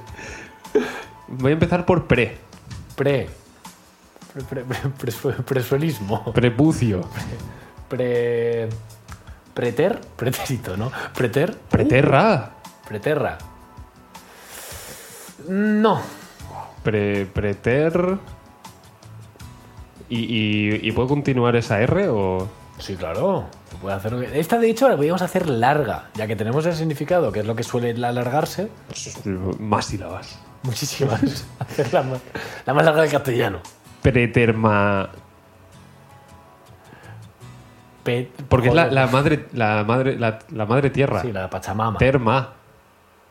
Speaker 3: Voy a empezar por pre.
Speaker 1: Pre. Pre, pre, pre- presu- presuelismo.
Speaker 3: Prepucio.
Speaker 1: Uh. Pre. Preter. Pretérito, ¿no? Preter.
Speaker 3: Preterra.
Speaker 1: Preterra. No,
Speaker 3: Pre- preter. Y, y, ¿Y puedo continuar esa R o.?
Speaker 1: Sí, claro. se puede hacer lo que- Esta, de hecho, la podríamos hacer larga, ya que tenemos el significado, que es lo que suele alargarse.
Speaker 3: Más sílabas.
Speaker 1: Muchísimas. Hacer la, más, la más larga del castellano.
Speaker 3: Preterma.
Speaker 1: Pe-
Speaker 3: Porque es la,
Speaker 1: joder.
Speaker 3: la madre la madre la, la madre tierra.
Speaker 1: Sí, la Pachamama.
Speaker 3: Terma.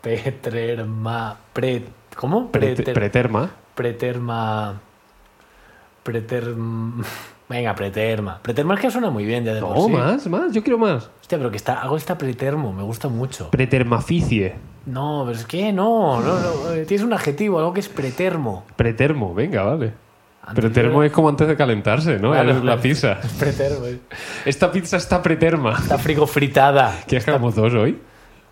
Speaker 1: Petrerma. Pre, ¿Cómo?
Speaker 3: Prete-
Speaker 1: Preter-
Speaker 3: preterma.
Speaker 1: preterma. Preterm. Venga, preterma. Preterma es que suena muy bien ya de
Speaker 3: No,
Speaker 1: por sí.
Speaker 3: más, más. Yo quiero más.
Speaker 1: Hostia, pero que está, algo está pretermo, me gusta mucho.
Speaker 3: Pretermaficie.
Speaker 1: No, pero es que no, no, no, eh, Tienes un adjetivo, algo que es pretermo.
Speaker 3: Pretermo, venga, vale.
Speaker 1: Anterior-
Speaker 3: Pretermo es como antes de calentarse, ¿no?
Speaker 1: Claro.
Speaker 3: Es la pizza.
Speaker 1: Pretermo. eh.
Speaker 3: Esta pizza está preterma.
Speaker 1: Está frigo fritada.
Speaker 3: ¿Quieres que hagamos dos hoy?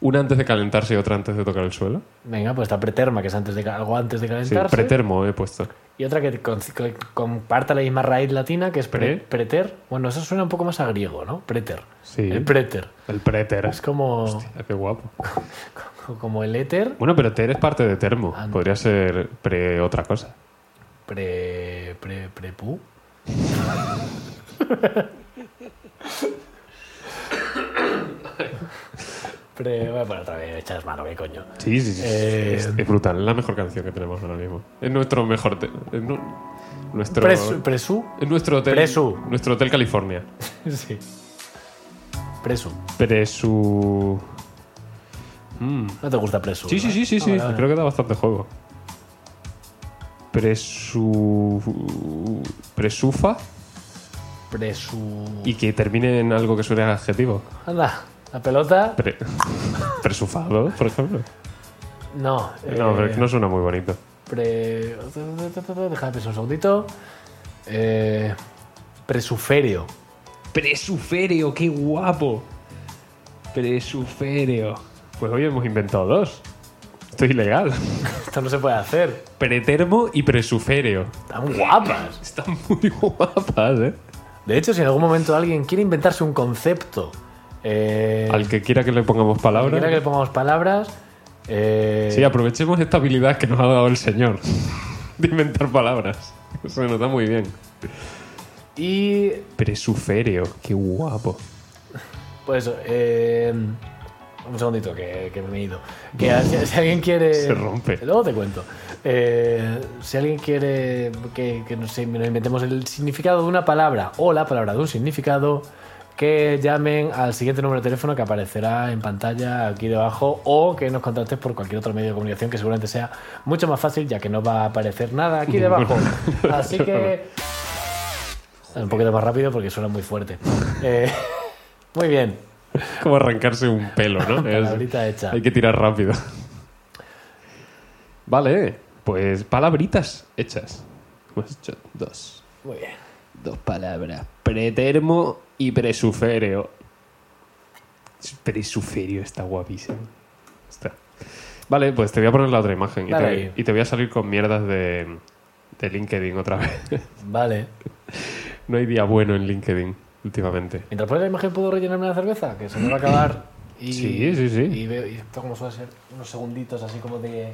Speaker 3: Una antes de calentarse y otra antes de tocar el suelo.
Speaker 1: Venga, pues está preterma, que es antes de, ca- algo antes de
Speaker 3: Sí,
Speaker 1: calentarse.
Speaker 3: pretermo he puesto.
Speaker 1: Y otra que con- que comparte la misma raíz latina, que es pre-
Speaker 3: Pre.
Speaker 1: preter. Bueno, eso suena un poco más a griego, ¿no? Preter.
Speaker 3: Sí.
Speaker 1: El preter.
Speaker 3: El preter.
Speaker 1: Es como,
Speaker 3: Hostia, qué guapo.
Speaker 1: como el éter.
Speaker 3: Bueno, pero ter es parte de termo.
Speaker 1: Ah, no.
Speaker 3: Podría ser pre otra cosa.
Speaker 1: Pre. pre. prepu. pre. Voy a poner otra vez, echas mano, qué coño.
Speaker 3: Sí, sí, sí.
Speaker 1: Eh,
Speaker 3: es, es brutal. Es la mejor canción que tenemos ahora mismo. Es nuestro mejor. te- es nu- nuestro.
Speaker 1: Presu. presu.
Speaker 3: es nuestro hotel.
Speaker 1: Presu.
Speaker 3: Nuestro hotel California.
Speaker 1: sí. Presu.
Speaker 3: Presu.
Speaker 1: ¿No te gusta presu?
Speaker 3: Sí, sí,
Speaker 1: no?
Speaker 3: sí, sí,
Speaker 1: Ah,
Speaker 3: sí.
Speaker 1: vale, vale.
Speaker 3: Creo que da bastante juego. Presu. Presufa.
Speaker 1: Presu.
Speaker 3: Y que termine en algo que suene a adjetivo.
Speaker 1: Anda, la pelota.
Speaker 3: Pre- presufado, por ejemplo.
Speaker 1: No.
Speaker 3: No,
Speaker 1: eh,
Speaker 3: pero es que no suena muy bonito.
Speaker 1: Pre... Deja de pensar un segundito. Eh, presuferio.
Speaker 3: Presuferio, qué guapo. Presuferio. Pues hoy hemos inventado dos. Esto es ilegal.
Speaker 1: Esto no se puede hacer.
Speaker 3: Pretermo y presuferio.
Speaker 1: Están guapas.
Speaker 3: Están muy guapas, ¿eh?
Speaker 1: De hecho, si en algún momento alguien quiere inventarse un concepto eh,
Speaker 3: Al que quiera que le pongamos
Speaker 1: al que quiera que le
Speaker 3: palabras.
Speaker 1: pongamos palabras, eh,
Speaker 3: Sí, aprovechemos esta habilidad que nos ha dado el señor de inventar palabras. Se nos da muy bien.
Speaker 1: y
Speaker 3: Presuferio, qué guapo.
Speaker 1: pues eh, un segundito que, que me he ido. Que a- si, si alguien quiere
Speaker 3: Se rompe.
Speaker 1: Luego te cuento. Eh, si alguien quiere que, que, no sé, nos inventemos el significado de una palabra o la palabra de un significado, que llamen al siguiente número de teléfono que aparecerá en pantalla aquí debajo o que nos contactes por cualquier otro medio de comunicación que seguramente sea mucho más fácil ya que no va a aparecer nada aquí debajo. Así que... Un poquito más rápido porque suena muy fuerte. Eh, muy bien.
Speaker 3: Como arrancarse un pelo, ¿no? Es-
Speaker 1: Palabrita hecha.
Speaker 3: Hay que tirar rápido. Vale, pues palabritas hechas. Hemos hecho dos.
Speaker 1: Muy bien.
Speaker 3: Dos palabras. Pretermo y presuferio. Presuferio está guapísimo. Está. Vale, pues te voy a poner la otra imagen y
Speaker 1: Dale
Speaker 3: te,
Speaker 1: ahí.
Speaker 3: y te voy a salir con mierdas de, de LinkedIn otra vez.
Speaker 1: Vale.
Speaker 3: no hay día bueno en LinkedIn últimamente.
Speaker 1: Mientras pones la imagen, ¿puedo rellenarme la cerveza? Que se me va a acabar. Y,
Speaker 3: Sí, sí, sí.
Speaker 1: Y veo, y esto como suele ser, unos segunditos así como de...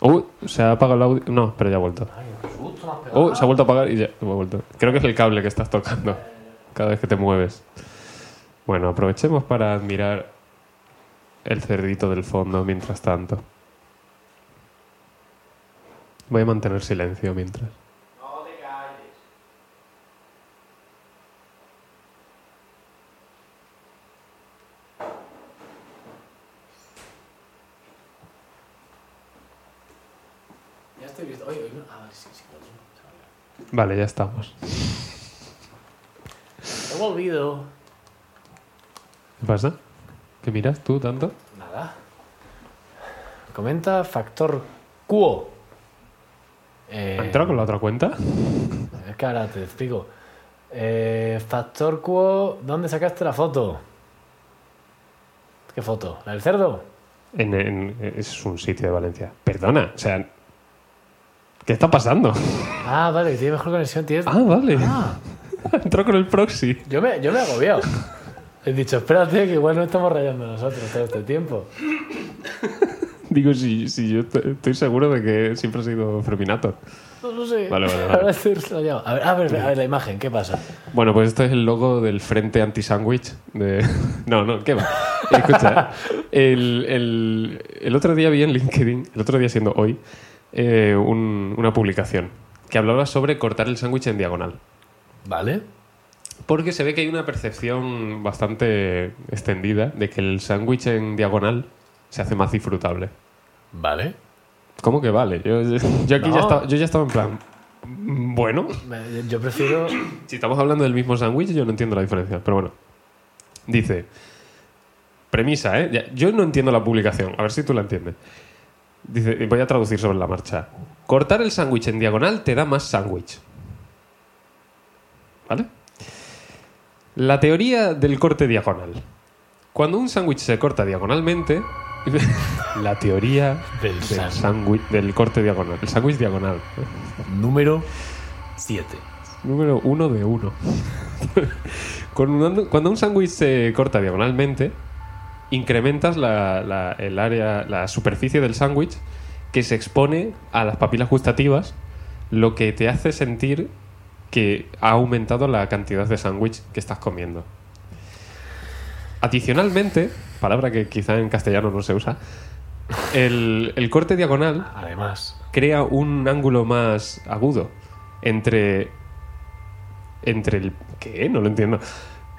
Speaker 3: Uh, se ha apagado el audio. No, pero ya ha vuelto.
Speaker 1: Ay, un susto, me has pegado.
Speaker 3: Oh, se ha vuelto a apagar y ya ha vuelto. Creo que es el cable que estás tocando cada vez que te mueves. Bueno, aprovechemos para admirar el cerdito del fondo mientras tanto. Voy a mantener silencio mientras.
Speaker 1: Ya estoy listo. Oye, oye, no. Ah, vale, sí, sí. claro.
Speaker 3: Vale, ya estamos.
Speaker 1: He volvido.
Speaker 3: ¿Qué pasa? ¿Qué miras tú tanto?
Speaker 1: Nada. Comenta factor Q. Eh,
Speaker 3: ¿Ha entrado con la otra cuenta?
Speaker 1: Es que ahora te explico. Eh, factor Q, ¿dónde sacaste la foto? ¿Qué foto? ¿La del cerdo?
Speaker 3: En, en- es un sitio de Valencia. Perdona, o sea... ¿Qué está pasando?
Speaker 1: Ah, vale, que tiene mejor conexión. Tienes...
Speaker 3: Ah, vale.
Speaker 1: Ah.
Speaker 3: Entró con el proxy.
Speaker 1: Yo me, yo me he agobiado. He dicho, espérate, que igual no estamos rayando nosotros todo este tiempo.
Speaker 3: Digo, si, si yo t- estoy seguro de que siempre ha sido Fruminator.
Speaker 1: No lo sé.
Speaker 3: Vale, vale, vale.
Speaker 1: Ahora estoy rayado. A ver, a ver, a ver la imagen, ¿qué pasa?
Speaker 3: Bueno, pues este es el logo del Frente Anti-Sandwich. De... No, no, ¿qué va? Escucha, el, el- el otro día vi en LinkedIn, el otro día siendo hoy, eh, un- una publicación que hablaba sobre cortar el sándwich en diagonal.
Speaker 1: Vale.
Speaker 3: Porque se ve que hay una percepción bastante extendida de que el sándwich en diagonal se hace más disfrutable.
Speaker 1: Vale.
Speaker 3: ¿Cómo que vale? Yo, yo aquí
Speaker 1: No.
Speaker 3: ya estaba, yo ya estaba en plan. mm, Bueno,
Speaker 1: Me- Yo prefiero.
Speaker 3: si estamos hablando del mismo sándwich, yo no entiendo la diferencia. Pero bueno, dice. Premisa, ¿eh? Ya- Yo no entiendo la publicación. A ver si tú la entiendes. Dice, y voy a traducir sobre la marcha. Cortar el sándwich en diagonal te da más sándwich. ¿Vale? La teoría del corte diagonal. Cuando un sándwich se corta diagonalmente. la teoría
Speaker 1: Del
Speaker 3: del,
Speaker 1: sándwich.
Speaker 3: sándwich- del corte diagonal. El sándwich diagonal. ¿eh?
Speaker 1: Número 7.
Speaker 3: Número uno de uno. cuando, cuando un sándwich se corta diagonalmente, incrementas la, la- el área, la superficie del sándwich que se expone a las papilas gustativas, lo que te hace sentir que ha aumentado la cantidad de sándwich que estás comiendo. Adicionalmente, palabra que quizá en castellano no se usa, el- el corte diagonal
Speaker 1: Además.
Speaker 3: crea un ángulo más agudo entre entre el qué no lo entiendo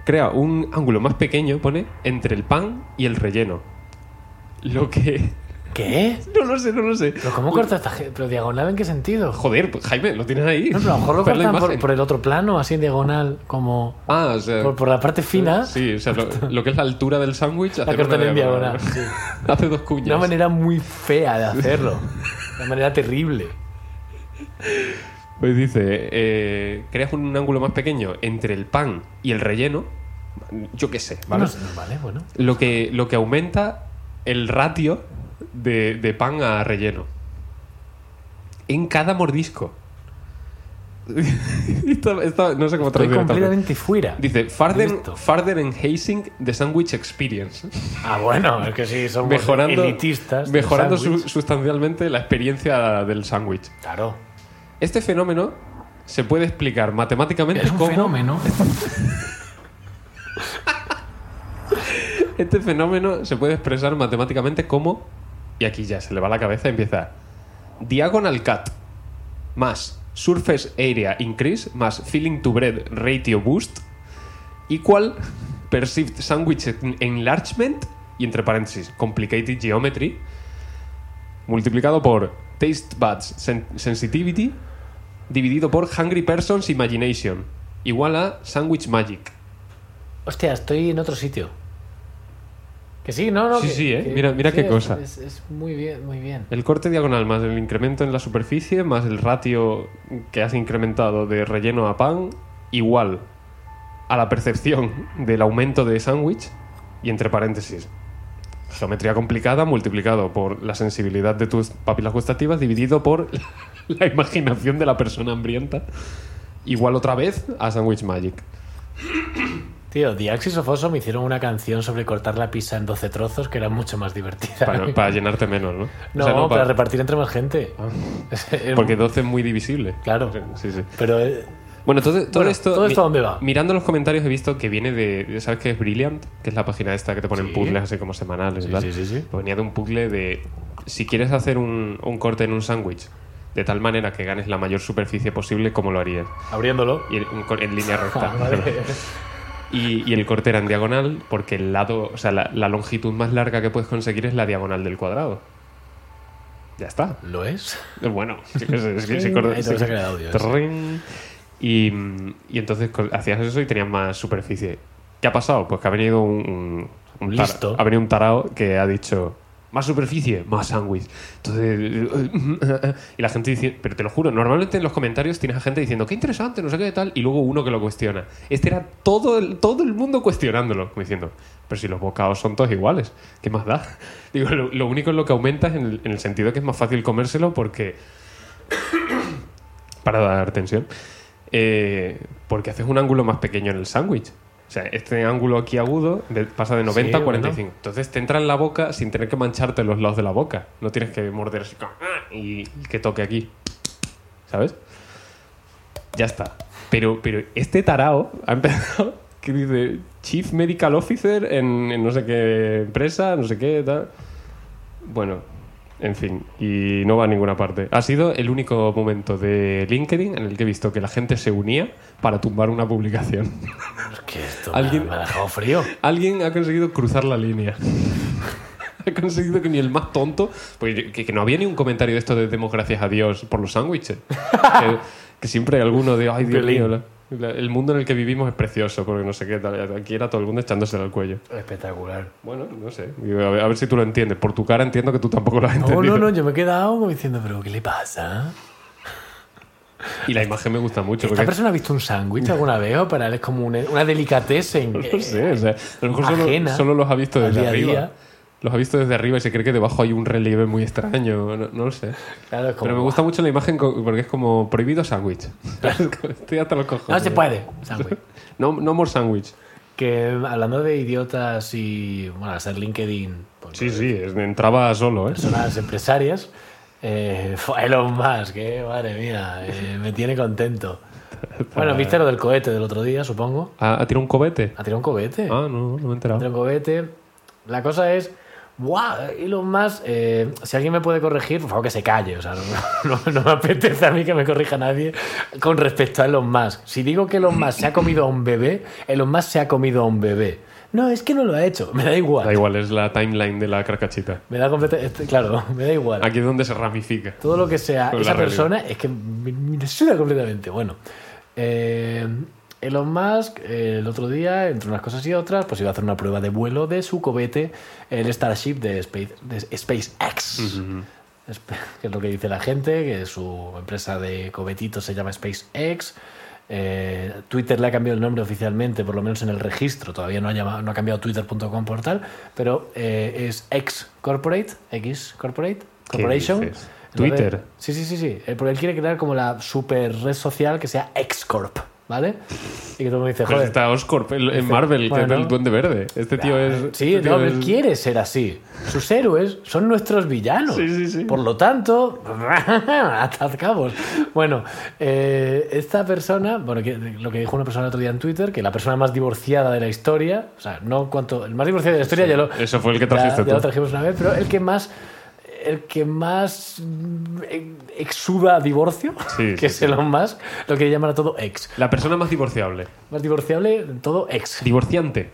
Speaker 3: crea un ángulo más pequeño pone entre el pan y el relleno lo que
Speaker 1: ¿Qué?
Speaker 3: no lo sé no lo sé
Speaker 1: ¿Pero cómo corta esta gente? ¿Pero diagonal en qué sentido?
Speaker 3: joder pues, Jaime lo tienes ahí
Speaker 1: No, pero a lo mejor lo
Speaker 3: Ver la
Speaker 1: cortan por,
Speaker 3: imagen.
Speaker 1: por el otro plano, así en diagonal, como.
Speaker 3: ah o sea
Speaker 1: Por, por la parte fina,
Speaker 3: sí o sea lo, lo que es la altura del sándwich
Speaker 1: la
Speaker 3: hacer
Speaker 1: cortan
Speaker 3: una
Speaker 1: en diagonal. sí.
Speaker 3: hace dos cuñas
Speaker 1: De una manera muy fea de hacerlo. De una manera terrible.
Speaker 3: Pues dice, eh, creas un ángulo más pequeño entre el pan y el relleno, yo qué sé, ¿vale?
Speaker 1: No sé, vale, bueno.
Speaker 3: Lo, que, lo que aumenta el ratio de, de pan a relleno. En cada mordisco. Esto- esto- no sé cómo
Speaker 1: Estoy
Speaker 3: traducir esta frase.
Speaker 1: completamente fuera.
Speaker 3: Dice, Farden,
Speaker 1: Listo.
Speaker 3: Farden Enhancing the Sandwich Experience.
Speaker 1: Ah, bueno, es que sí, son
Speaker 3: Mejorando,
Speaker 1: elitistas. del
Speaker 3: mejorando su-
Speaker 1: sándwich.
Speaker 3: sustancialmente la experiencia del sándwich.
Speaker 1: Claro.
Speaker 3: Este fenómeno se puede explicar matemáticamente
Speaker 1: Es un
Speaker 3: como
Speaker 1: fenómeno.
Speaker 3: este fenómeno se puede expresar matemáticamente como y aquí ya se le va la cabeza y empieza diagonal cut más surface area increase más filling to bread ratio boost equal perceived sandwich en- enlargement y entre paréntesis complicated geometry multiplicado por taste buds sen- sensitivity dividido por hungry person's imagination igual a sandwich magic
Speaker 1: Hostia, estoy en otro sitio. Que sí, no, no.
Speaker 3: Sí,
Speaker 1: que-
Speaker 3: sí, ¿eh?
Speaker 1: que-
Speaker 3: Mira- mira
Speaker 1: sí,
Speaker 3: qué
Speaker 1: es-
Speaker 3: cosa.
Speaker 1: Es, es muy bien, muy bien.
Speaker 3: El corte diagonal más el incremento en la superficie más el ratio que has incrementado de relleno a pan igual a la percepción del aumento de sándwich y entre paréntesis. Geometría complicada multiplicado por la sensibilidad de tus papilas gustativas dividido por la imaginación de la persona hambrienta igual otra vez a Sandwich Magic.
Speaker 1: Tío, The Axis of Awesome hicieron una canción sobre cortar la pizza en 12 trozos que era mucho más divertida.
Speaker 3: Para, para llenarte menos, ¿no?
Speaker 1: no,
Speaker 3: O sea,
Speaker 1: para
Speaker 3: para-
Speaker 1: repartir entre más gente. Es-
Speaker 3: porque 12 es muy divisible.
Speaker 1: Claro.
Speaker 3: Sí, sí.
Speaker 1: Pero eh,
Speaker 3: Bueno, todo, todo
Speaker 1: Bueno,
Speaker 3: esto.
Speaker 1: ¿todo esto
Speaker 3: mi-
Speaker 1: dónde va?
Speaker 3: Mirando los comentarios he visto que viene de. de- ¿Sabes qué es Brilliant? Que es la página esta que te ponen
Speaker 1: Sí.
Speaker 3: puzzles así como semanales y
Speaker 1: Sí,
Speaker 3: tal.
Speaker 1: sí, sí, sí.
Speaker 3: Pues venía de un puzzle de. Si quieres hacer un, un corte en un sándwich de tal manera que ganes la mayor superficie posible, ¿cómo lo harías?
Speaker 1: abriéndolo.
Speaker 3: Y en, un cor- en línea recta.
Speaker 1: Ah, vale.
Speaker 3: y, y el corte era en diagonal porque el lado. O sea, la, la longitud más larga que puedes conseguir es la diagonal del cuadrado. Ya está.
Speaker 1: ¿Lo es?
Speaker 3: Bueno, yo qué sé, es que
Speaker 1: Ahí
Speaker 3: si
Speaker 1: te
Speaker 3: cortas-
Speaker 1: vas a crear audio, eso.
Speaker 3: Trrrring. Y, mm, y entonces co- hacías eso y tenías más superficie. ¿Qué ha pasado? Pues que ha venido un, un- un tar-
Speaker 1: Listo.
Speaker 3: ha venido un tarao que ha dicho más superficie, más sándwich. Entonces, y la gente dice, pero te lo juro, normalmente en los comentarios tienes a gente diciendo, qué interesante, no sé qué tal, y luego uno que lo cuestiona. Este era todo el, todo el mundo cuestionándolo, como diciendo, pero si los bocados son todos iguales, ¿qué más da? Digo, lo, lo único en lo que aumenta es en el, en el sentido que es más fácil comérselo porque para dar tensión. Eh, porque haces un ángulo más pequeño en el sándwich. O sea, este ángulo aquí agudo de- pasa de 90
Speaker 1: Sí,
Speaker 3: a
Speaker 1: bueno.
Speaker 3: 45. Entonces te entra en la boca sin tener que mancharte los lados de la boca. No tienes que morder así, ¡ah! y que toque aquí. ¿Sabes? Ya está. Pero, pero este tarao ha empezado que dice Chief Medical Officer en, en no sé qué empresa, no sé qué, tal. Bueno, en fin, y no va a ninguna parte. Ha sido el único momento de LinkedIn en el que he visto que la gente se unía para tumbar una publicación.
Speaker 1: Es que esto
Speaker 3: Alguien-
Speaker 1: me, ha- me ha dejado frío.
Speaker 3: Alguien ha conseguido cruzar la línea. ha conseguido que ni el más tonto, pues que, que no había ni un comentario de esto de demos gracias a Dios por los sándwiches. que, que siempre hay alguno de, ay Dios
Speaker 1: Violín.
Speaker 3: mío, la- la- el mundo en el que vivimos es precioso, porque no sé qué tal. Aquí era todo el mundo echándose al cuello.
Speaker 1: Espectacular.
Speaker 3: Bueno, no sé. Digo, A ver, a ver si tú lo entiendes. Por tu cara entiendo que tú tampoco lo has
Speaker 1: No,
Speaker 3: entendido.
Speaker 1: no, no, yo me he quedado como diciendo, pero ¿qué le pasa?
Speaker 3: Y la imagen me gusta mucho.
Speaker 1: ¿Esta
Speaker 3: Porque,
Speaker 1: persona ha visto un sándwich alguna vez o para él es como una, una delicatessen?
Speaker 3: no sé, o sea, a lo mejor
Speaker 1: Eh, Ajena
Speaker 3: solo, solo los ha visto
Speaker 1: al
Speaker 3: desde
Speaker 1: día a
Speaker 3: arriba.
Speaker 1: día.
Speaker 3: Los ha visto desde arriba y se cree que debajo hay un relieve muy extraño. No, no lo sé.
Speaker 1: Claro, es como,
Speaker 3: Pero me gusta mucho la imagen co- porque es como prohibido sándwich. Estoy hasta los cojones.
Speaker 1: No se puede, sándwich.
Speaker 3: No, no more sándwich.
Speaker 1: Que hablando de idiotas y, bueno, hacer LinkedIn, pues,
Speaker 3: Sí, sí, es- entraba solo, ¿eh?
Speaker 1: personas empresarias, eh, fue Elon Musk, que madre mía, eh, me tiene contento. Bueno, viste lo del cohete del otro día, supongo.
Speaker 3: Ah, ¿Ha, ha tirado un cobete?
Speaker 1: Ha tirado un cohete.
Speaker 3: Ah, no, no me he enterado.
Speaker 1: Del cohete. La cosa es. ¡Wow! Elon Musk, eh, si alguien me puede corregir, por favor que se calle. O sea, no, no- no me apetece a mí que me corrija nadie con respecto a Elon Musk. Si digo que Elon Musk se ha comido a un bebé, Elon Musk se ha comido a un bebé. No, es que no lo ha hecho. Me da igual.
Speaker 3: Da igual, es la timeline de la carcachita.
Speaker 1: Me da completamente. Claro, me da igual.
Speaker 3: Aquí es donde se ramifica.
Speaker 1: Todo lo que sea
Speaker 3: Con la
Speaker 1: esa
Speaker 3: realidad.
Speaker 1: persona es que me, me suda completamente. Bueno, eh, Elon Musk eh, el otro día, entre unas cosas y otras, pues iba a hacer una prueba de vuelo de su cohete, el Starship de, Space, de SpaceX. Espe- Que es lo que dice la gente, que su empresa de cohetitos se llama SpaceX. Eh, Twitter le ha cambiado el nombre oficialmente, por lo menos en el registro, todavía no ha, llamado- no ha cambiado twitter.com por tal, pero eh, es X Corporate, X Corporate,
Speaker 3: ¿Qué
Speaker 1: Corporation.
Speaker 3: dices?
Speaker 1: Entonces-
Speaker 3: Twitter.
Speaker 1: Sí, sí, sí, sí. Eh, Porque él quiere crear como la super red social que sea X-Corp, ¿vale? Y que todo el mundo dice,
Speaker 3: Pero
Speaker 1: joder.
Speaker 3: está Oscorp el- en Marvel, que
Speaker 1: bueno.
Speaker 3: es el duende verde. Este tío es.
Speaker 1: Sí,
Speaker 3: este tío
Speaker 1: no, él
Speaker 3: es-
Speaker 1: quiere ser así. Sus héroes son nuestros villanos.
Speaker 3: Sí, sí, sí.
Speaker 1: Por lo tanto, atacamos. Bueno, eh, esta persona, bueno, que- lo que dijo una persona el otro día en Twitter, que la persona más divorciada de la historia, o sea, no cuanto. El más divorciado de la historia ya lo.
Speaker 3: Eso fue el que
Speaker 1: ya-
Speaker 3: trajiste
Speaker 1: ya lo
Speaker 3: tú.
Speaker 1: trajimos una vez, pero el que más. El que más mm, exuda divorcio,
Speaker 3: Sí,
Speaker 1: que
Speaker 3: sí,
Speaker 1: es Elon Musk, lo que llaman a todo ex.
Speaker 3: La persona más divorciable.
Speaker 1: Más divorciable, todo ex.
Speaker 3: Divorciante.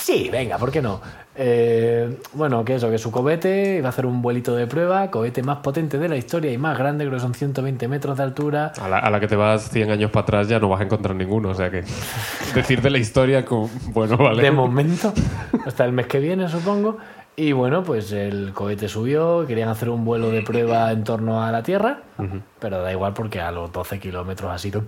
Speaker 1: Sí, venga, ¿por qué no? Eh, bueno, que eso, que su cohete iba a hacer un vuelito de prueba, cohete más potente de la historia y más grande, creo que son 120 metros de altura.
Speaker 3: A la, a la que te vas 100 años para atrás ya no vas a encontrar ninguno. O sea que decir de la historia, como, bueno, vale.
Speaker 1: De momento, hasta el mes que viene, supongo. Y bueno, pues el cohete subió, querían hacer un vuelo de prueba en torno a la Tierra, pero da igual porque a los 12 kilómetros ha sido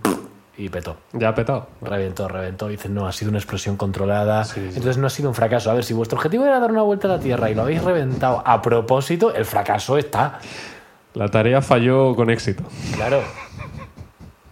Speaker 1: y petó.
Speaker 3: Ya ha petado.
Speaker 1: Reventó, reventó. Dicen, no, ha sido una explosión controlada.
Speaker 3: Sí, sí.
Speaker 1: Entonces no ha sido un fracaso. A ver, si vuestro objetivo era dar una vuelta a la Tierra y lo habéis reventado a propósito, el fracaso está.
Speaker 3: La tarea falló con éxito.
Speaker 1: Claro.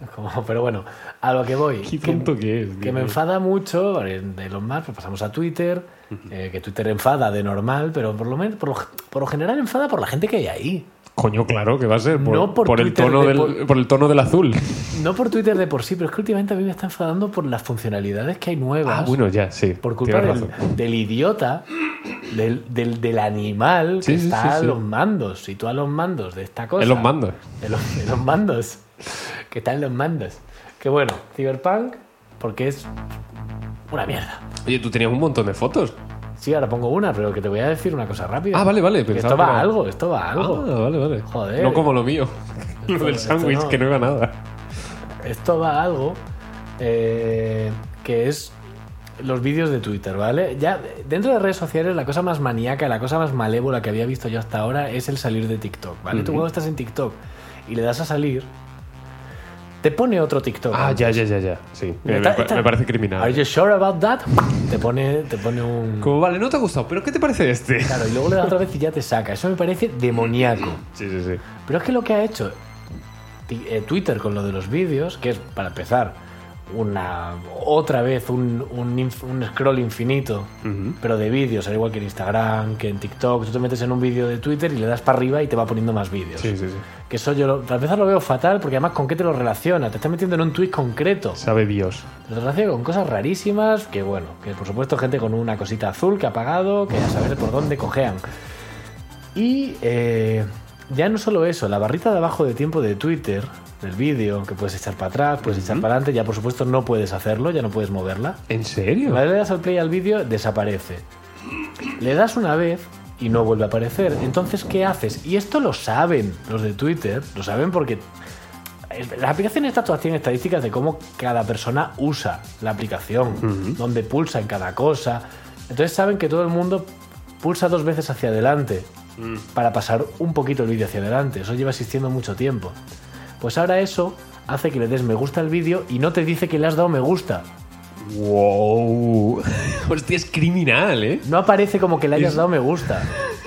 Speaker 1: Es como- pero bueno, a lo que voy.
Speaker 3: Qué
Speaker 1: Que,
Speaker 3: tonto que es.
Speaker 1: que
Speaker 3: tío.
Speaker 1: me enfada mucho vale, de los más, pues pasamos a Twitter, eh, que Twitter enfada de normal, pero por lo menos por lo, por lo general enfada por la gente que hay ahí.
Speaker 3: Coño, claro que va a ser. Por,
Speaker 1: No por
Speaker 3: por el
Speaker 1: Twitter
Speaker 3: tono
Speaker 1: de
Speaker 3: del,
Speaker 1: pol-
Speaker 3: por el tono del azul.
Speaker 1: No por Twitter de por sí, pero es que últimamente a mí me está enfadando por las funcionalidades que hay nuevas.
Speaker 3: Ah, bueno, ya, sí.
Speaker 1: Por culpa
Speaker 3: Tienes
Speaker 1: del,
Speaker 3: razón.
Speaker 1: del idiota, del, del, del animal que
Speaker 3: Sí, sí,
Speaker 1: está
Speaker 3: sí,
Speaker 1: a
Speaker 3: sí.
Speaker 1: los mandos. Si tú a los mandos de esta cosa.
Speaker 3: En los mandos.
Speaker 1: En los, en los mandos. Que está en los mandos. Que bueno, Cyberpunk, porque es una mierda.
Speaker 3: Oye, tú tenías un montón de fotos.
Speaker 1: Sí, ahora pongo una, pero que te voy a decir una cosa rápida.
Speaker 3: Ah, vale, vale.
Speaker 1: Que
Speaker 3: pensaba
Speaker 1: esto va
Speaker 3: que era-
Speaker 1: a algo, esto va a algo.
Speaker 3: Ah, vale, vale.
Speaker 1: Joder.
Speaker 3: No como lo mío. Lo del
Speaker 1: esto
Speaker 3: sándwich,
Speaker 1: no.
Speaker 3: que no era nada.
Speaker 1: Esto va a algo eh, que es los vídeos de Twitter, ¿vale? Ya dentro de redes sociales la cosa más maníaca, la cosa más malévola que había visto yo hasta ahora es el salir de TikTok, ¿vale? Tú
Speaker 3: Ujú.
Speaker 1: cuando estás en TikTok y le das a salir, te pone otro TikTok.
Speaker 3: Ah, ya, ya, ya, ya. Sí. Me,
Speaker 1: Está-
Speaker 3: me pa-
Speaker 1: está-
Speaker 3: me parece
Speaker 1: Are
Speaker 3: criminal.
Speaker 1: you sure about that? Te pone, te pone un
Speaker 3: Como vale, no te ha gustado, pero ¿qué te parece este?
Speaker 1: claro y luego le das otra vez y ya te saca. Eso me parece demoníaco.
Speaker 3: Sí, sí, sí.
Speaker 1: Pero es que lo que ha hecho ti- eh, Twitter con lo de los vídeos, que es, para empezar, una otra vez un, un inf- un scroll infinito,
Speaker 3: Ujú.
Speaker 1: pero de vídeos, al igual que en Instagram, que en TikTok. Tú te metes en un vídeo de Twitter y le das para arriba y te va poniendo más vídeos.
Speaker 3: Sí, sí, sí.
Speaker 1: Que eso yo lo- a veces lo veo fatal porque además con qué te lo relaciona. Te estás metiendo en un tweet concreto.
Speaker 3: Sabe Dios.
Speaker 1: Te lo relaciona con cosas rarísimas, que bueno, que por supuesto gente con una cosita azul que ha pagado, que a saber por dónde cojean. Y eh, ya no solo eso, la barrita de abajo de tiempo de Twitter, del vídeo, que puedes echar para atrás, puedes echar para adelante, ya por supuesto no puedes hacerlo, ya no puedes moverla.
Speaker 3: ¿En serio?
Speaker 1: Cuando le das al play al vídeo, desaparece. Le das una vez y no vuelve a aparecer. Entonces, ¿qué haces? Y esto lo saben los de Twitter, lo saben porque las aplicaciones estas todas tienen estadísticas de cómo cada persona usa la aplicación, dónde pulsa en cada cosa. Entonces saben que todo el mundo pulsa dos veces hacia adelante para pasar un poquito el vídeo hacia adelante. Eso lleva existiendo mucho tiempo. Pues ahora eso hace que le des me gusta al vídeo y no te dice que le has dado me gusta.
Speaker 3: ¡Wow! Hostia, es criminal, ¿eh?
Speaker 1: No aparece como que le hayas
Speaker 3: Es-
Speaker 1: dado me gusta.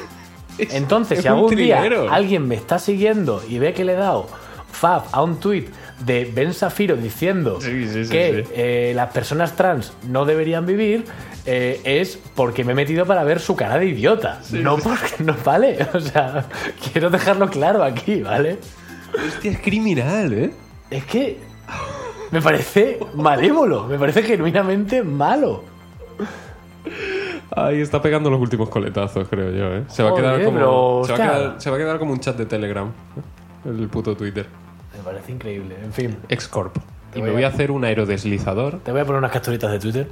Speaker 3: Es-
Speaker 1: Entonces,
Speaker 3: es
Speaker 1: si
Speaker 3: un
Speaker 1: algún día
Speaker 3: trilero.
Speaker 1: alguien me está siguiendo y ve que le he dado fab a un tuit de Ben Safiro diciendo
Speaker 3: Sí, sí, sí,
Speaker 1: que
Speaker 3: sí.
Speaker 1: eh, las personas trans no deberían vivir, eh, es porque me he metido para ver su cara de idiota. no, porque no vale. O sea, quiero dejarlo claro aquí, ¿vale?
Speaker 3: Hostia, es criminal, ¿eh?
Speaker 1: Es que me parece malévolo, me parece genuinamente malo.
Speaker 3: Ahí está pegando los últimos coletazos, creo yo, ¿eh? Se va,
Speaker 1: Joder,
Speaker 3: a quedar como,
Speaker 1: pero,
Speaker 3: se, va a
Speaker 1: hostia.
Speaker 3: quedar, se va a quedar como un chat de Telegram. ¿eh? El puto Twitter.
Speaker 1: Me parece increíble. En fin,
Speaker 3: Excorp.
Speaker 1: Te
Speaker 3: Y
Speaker 1: voy
Speaker 3: me voy
Speaker 1: a-
Speaker 3: a hacer un aerodeslizador.
Speaker 1: te voy a poner unas capturitas de Twitter.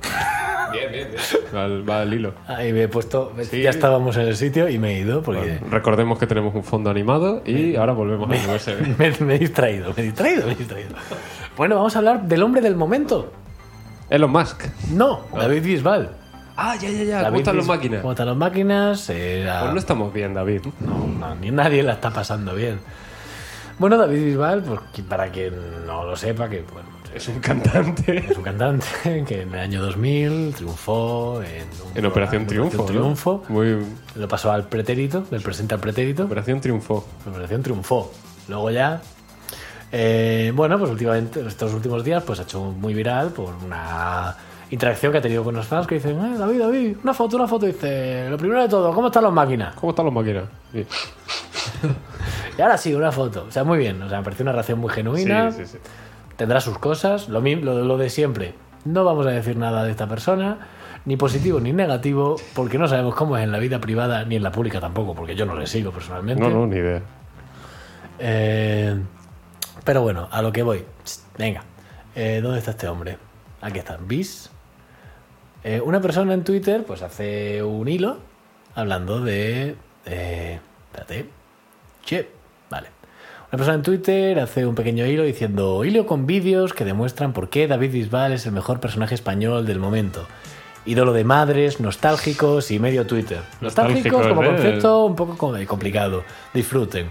Speaker 3: Bien, bien, bien. Va al, va al hilo.
Speaker 1: Ahí me he puesto.
Speaker 3: Sí.
Speaker 1: Ya estábamos en el sitio y me he ido porque.
Speaker 3: Bueno, recordemos que tenemos un fondo animado y ahora volvemos al USB.
Speaker 1: Me, me he distraído, me he distraído, me he distraído. Bueno, vamos a hablar del hombre del momento.
Speaker 3: Elon Musk.
Speaker 1: No, David Bisbal.
Speaker 3: Ah, ya, ya, ya.
Speaker 1: David
Speaker 3: ¿Cómo están las
Speaker 1: Bis-
Speaker 3: máquinas?
Speaker 1: ¿Cómo están las máquinas? Era-
Speaker 3: Pues no estamos bien, David.
Speaker 1: no, ni nadie la está pasando bien. Bueno, David Bisbal, pues, qui- para quien no lo sepa, que bueno,
Speaker 3: Es un cantante.
Speaker 1: es un cantante que en el año 2000 triunfó en, un
Speaker 3: En Operación
Speaker 1: programa,
Speaker 3: Triunfo. ¿no?
Speaker 1: Triunfo.
Speaker 3: Muy...
Speaker 1: Lo pasó al pretérito, del presente al pretérito.
Speaker 3: Operación Triunfo.
Speaker 1: La operación triunfó. Luego ya, eh, bueno, pues últimamente, estos últimos días, pues ha hecho muy viral por una interacción que ha tenido con los fans que dicen, eh, David, David, una foto, una foto. Dice, lo primero de todo, ¿cómo están las máquinas?
Speaker 3: ¿Cómo están las máquinas? Sí.
Speaker 1: Y ahora sí, una foto. O sea, muy bien. O sea, me pareció una reacción muy genuina.
Speaker 3: Sí, sí, sí.
Speaker 1: Tendrá sus cosas, lo, mi- lo, lo de siempre. No vamos a decir nada de esta persona, ni positivo ni negativo, porque no sabemos cómo es en la vida privada ni en la pública tampoco, porque yo no le sigo personalmente.
Speaker 3: No, no, ni idea.
Speaker 1: Eh, pero bueno, a lo que voy. Psst, venga. Eh, ¿Dónde está este hombre? Aquí está. ¿Bis? Eh, una persona en Twitter pues hace un hilo hablando de... eh, espérate. Che. Vale. Una persona en Twitter hace un pequeño hilo diciendo hilo con vídeos que demuestran por qué David Bisbal es el mejor personaje español del momento. Ídolo de madres, nostálgicos y medio Twitter. Nostálgicos
Speaker 3: Nostálgicos,
Speaker 1: como
Speaker 3: ¿eh?
Speaker 1: concepto un poco com- complicado. Disfruten.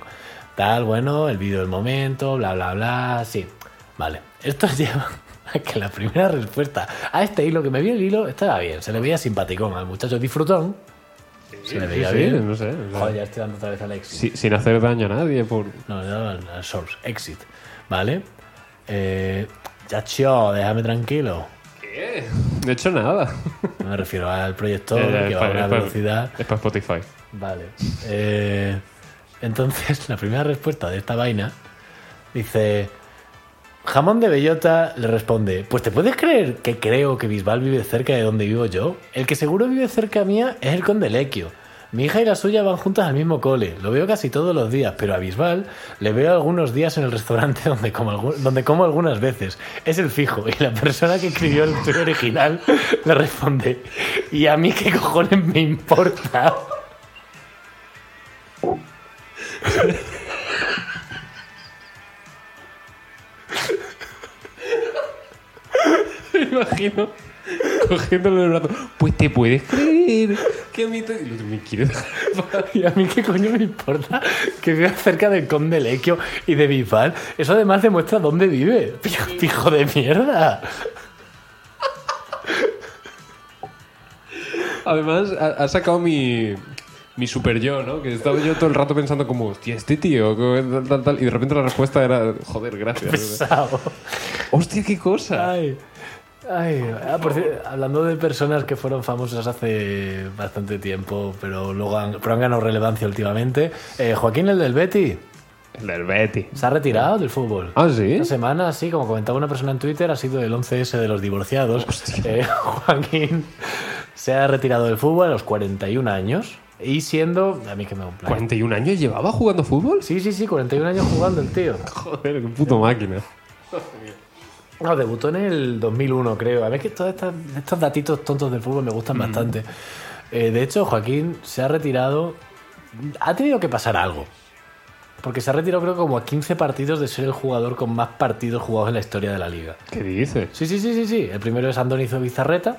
Speaker 1: Tal, bueno, el vídeo del momento, bla, bla, bla. Sí. Vale. Esto lleva a que la primera respuesta a este hilo que me vio el hilo estaba bien. Se le veía simpaticón al muchacho disfrutón. se le veía
Speaker 3: sí,
Speaker 1: bien.
Speaker 3: no sé. o sea,
Speaker 1: Joder, ya estoy dando otra vez al éxito.
Speaker 3: si- sin hacer daño a nadie por...
Speaker 1: No, le daba al- al source, exit. ¿Vale? Eh, chacho, déjame tranquilo.
Speaker 3: ¿Qué? No he hecho nada.
Speaker 1: No me refiero al proyector
Speaker 3: Ya, ya,
Speaker 1: que
Speaker 3: es
Speaker 1: va a
Speaker 3: para-
Speaker 1: una
Speaker 3: es para-
Speaker 1: velocidad.
Speaker 3: Es para Spotify.
Speaker 1: Vale. Eh, entonces, la primera respuesta de esta vaina dice: Jamón de Bellota le responde: Pues te puedes creer que creo que Bisbal vive cerca de donde vivo yo. El que seguro vive cerca mía es el Condelequio. Mi hija y la suya van juntas al mismo cole. Lo veo casi todos los días, pero a Bisbal le veo algunos días en el restaurante donde como, algu- donde como algunas veces. Es el fijo. Y la persona que escribió el tweet original le responde: ¿Y a mí qué cojones me importa?
Speaker 3: Me imagino cogiéndole el brazo. Pues te puedes creer que a mí te... Me quiero dejar en paz.
Speaker 1: ¿Y a mí qué coño me importa que viva cerca del Conde Lequio y de Bisbal? Eso además demuestra dónde vive. Pijo- Pijo de mierda.
Speaker 3: Además, ha, ha sacado mi, mi super yo, ¿no? Que estaba yo todo el rato pensando como, hostia, este tío, co- tal, tal, tal. Y de repente la respuesta era, joder, gracias.
Speaker 1: Pesado.
Speaker 3: hostia, qué cosa.
Speaker 1: Pues- Ay. Ay, ah, por cier- hablando de personas que fueron famosas hace bastante tiempo, pero luego han, pero han ganado relevancia últimamente. eh, Joaquín, el del Betty,
Speaker 3: El del Betty.
Speaker 1: se ha retirado del fútbol.
Speaker 3: Ah, sí.
Speaker 1: Esta semana, sí, como comentaba una persona en Twitter, ha sido el 11S de los divorciados. Eh, Joaquín se ha retirado del fútbol a los 41 años y siendo. A mí que me complace.
Speaker 3: 41 años llevaba jugando fútbol.
Speaker 1: Sí, sí, sí, 41 años jugando el tío.
Speaker 3: Joder, qué puto máquina.
Speaker 1: No, debutó en el 2001, creo. A ver que todos estas- estos datitos tontos del fútbol me gustan bastante. Eh, de hecho, Joaquín se ha retirado. Ha tenido que pasar algo. Porque se ha retirado, creo, como a 15 partidos de ser el jugador con más partidos jugados en la historia de la liga.
Speaker 3: ¿Qué dices?
Speaker 1: Sí, sí, sí, sí. sí. El primero es Andonizo Bizarreta.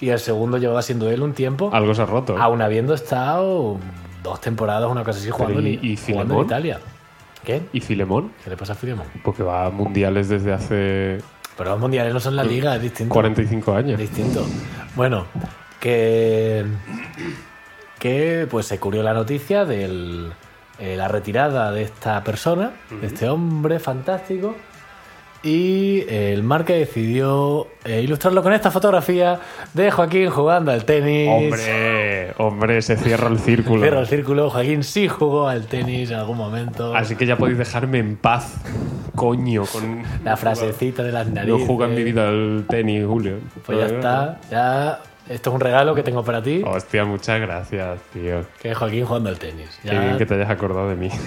Speaker 1: Y el segundo llevaba siendo él un tiempo.
Speaker 3: Algo se ha roto.
Speaker 1: Aún habiendo estado dos temporadas, una cosa así, jugando,
Speaker 3: y-
Speaker 1: en, jugando
Speaker 3: y
Speaker 1: en
Speaker 3: Filemón?
Speaker 1: Italia. ¿Qué?
Speaker 3: ¿Y Filemón?
Speaker 1: ¿Qué le pasa a Filemón?
Speaker 3: Porque va a mundiales desde hace
Speaker 1: Pero los mundiales no son la liga, es distinto.
Speaker 3: 45 años.
Speaker 1: Distinto. Bueno, que. Que pues se cubrió la noticia de la retirada de esta persona, de este hombre fantástico. Y el marca decidió eh, ilustrarlo con esta fotografía de Joaquín jugando al tenis.
Speaker 3: Hombre, hombre, se cierra el círculo.
Speaker 1: Cierro el círculo. Joaquín sí jugó al tenis en algún momento.
Speaker 3: Así que ya podéis dejarme en paz, coño, con
Speaker 1: la frasecita de las
Speaker 3: No
Speaker 1: narices.
Speaker 3: juega en mi vida al tenis, Julio.
Speaker 1: Pues ya está. Ya. Esto es un regalo que tengo para ti.
Speaker 3: Hostia, muchas gracias, tío.
Speaker 1: Que es Joaquín jugando al tenis.
Speaker 3: Qué
Speaker 1: Ya-
Speaker 3: bien que te hayas acordado de mí.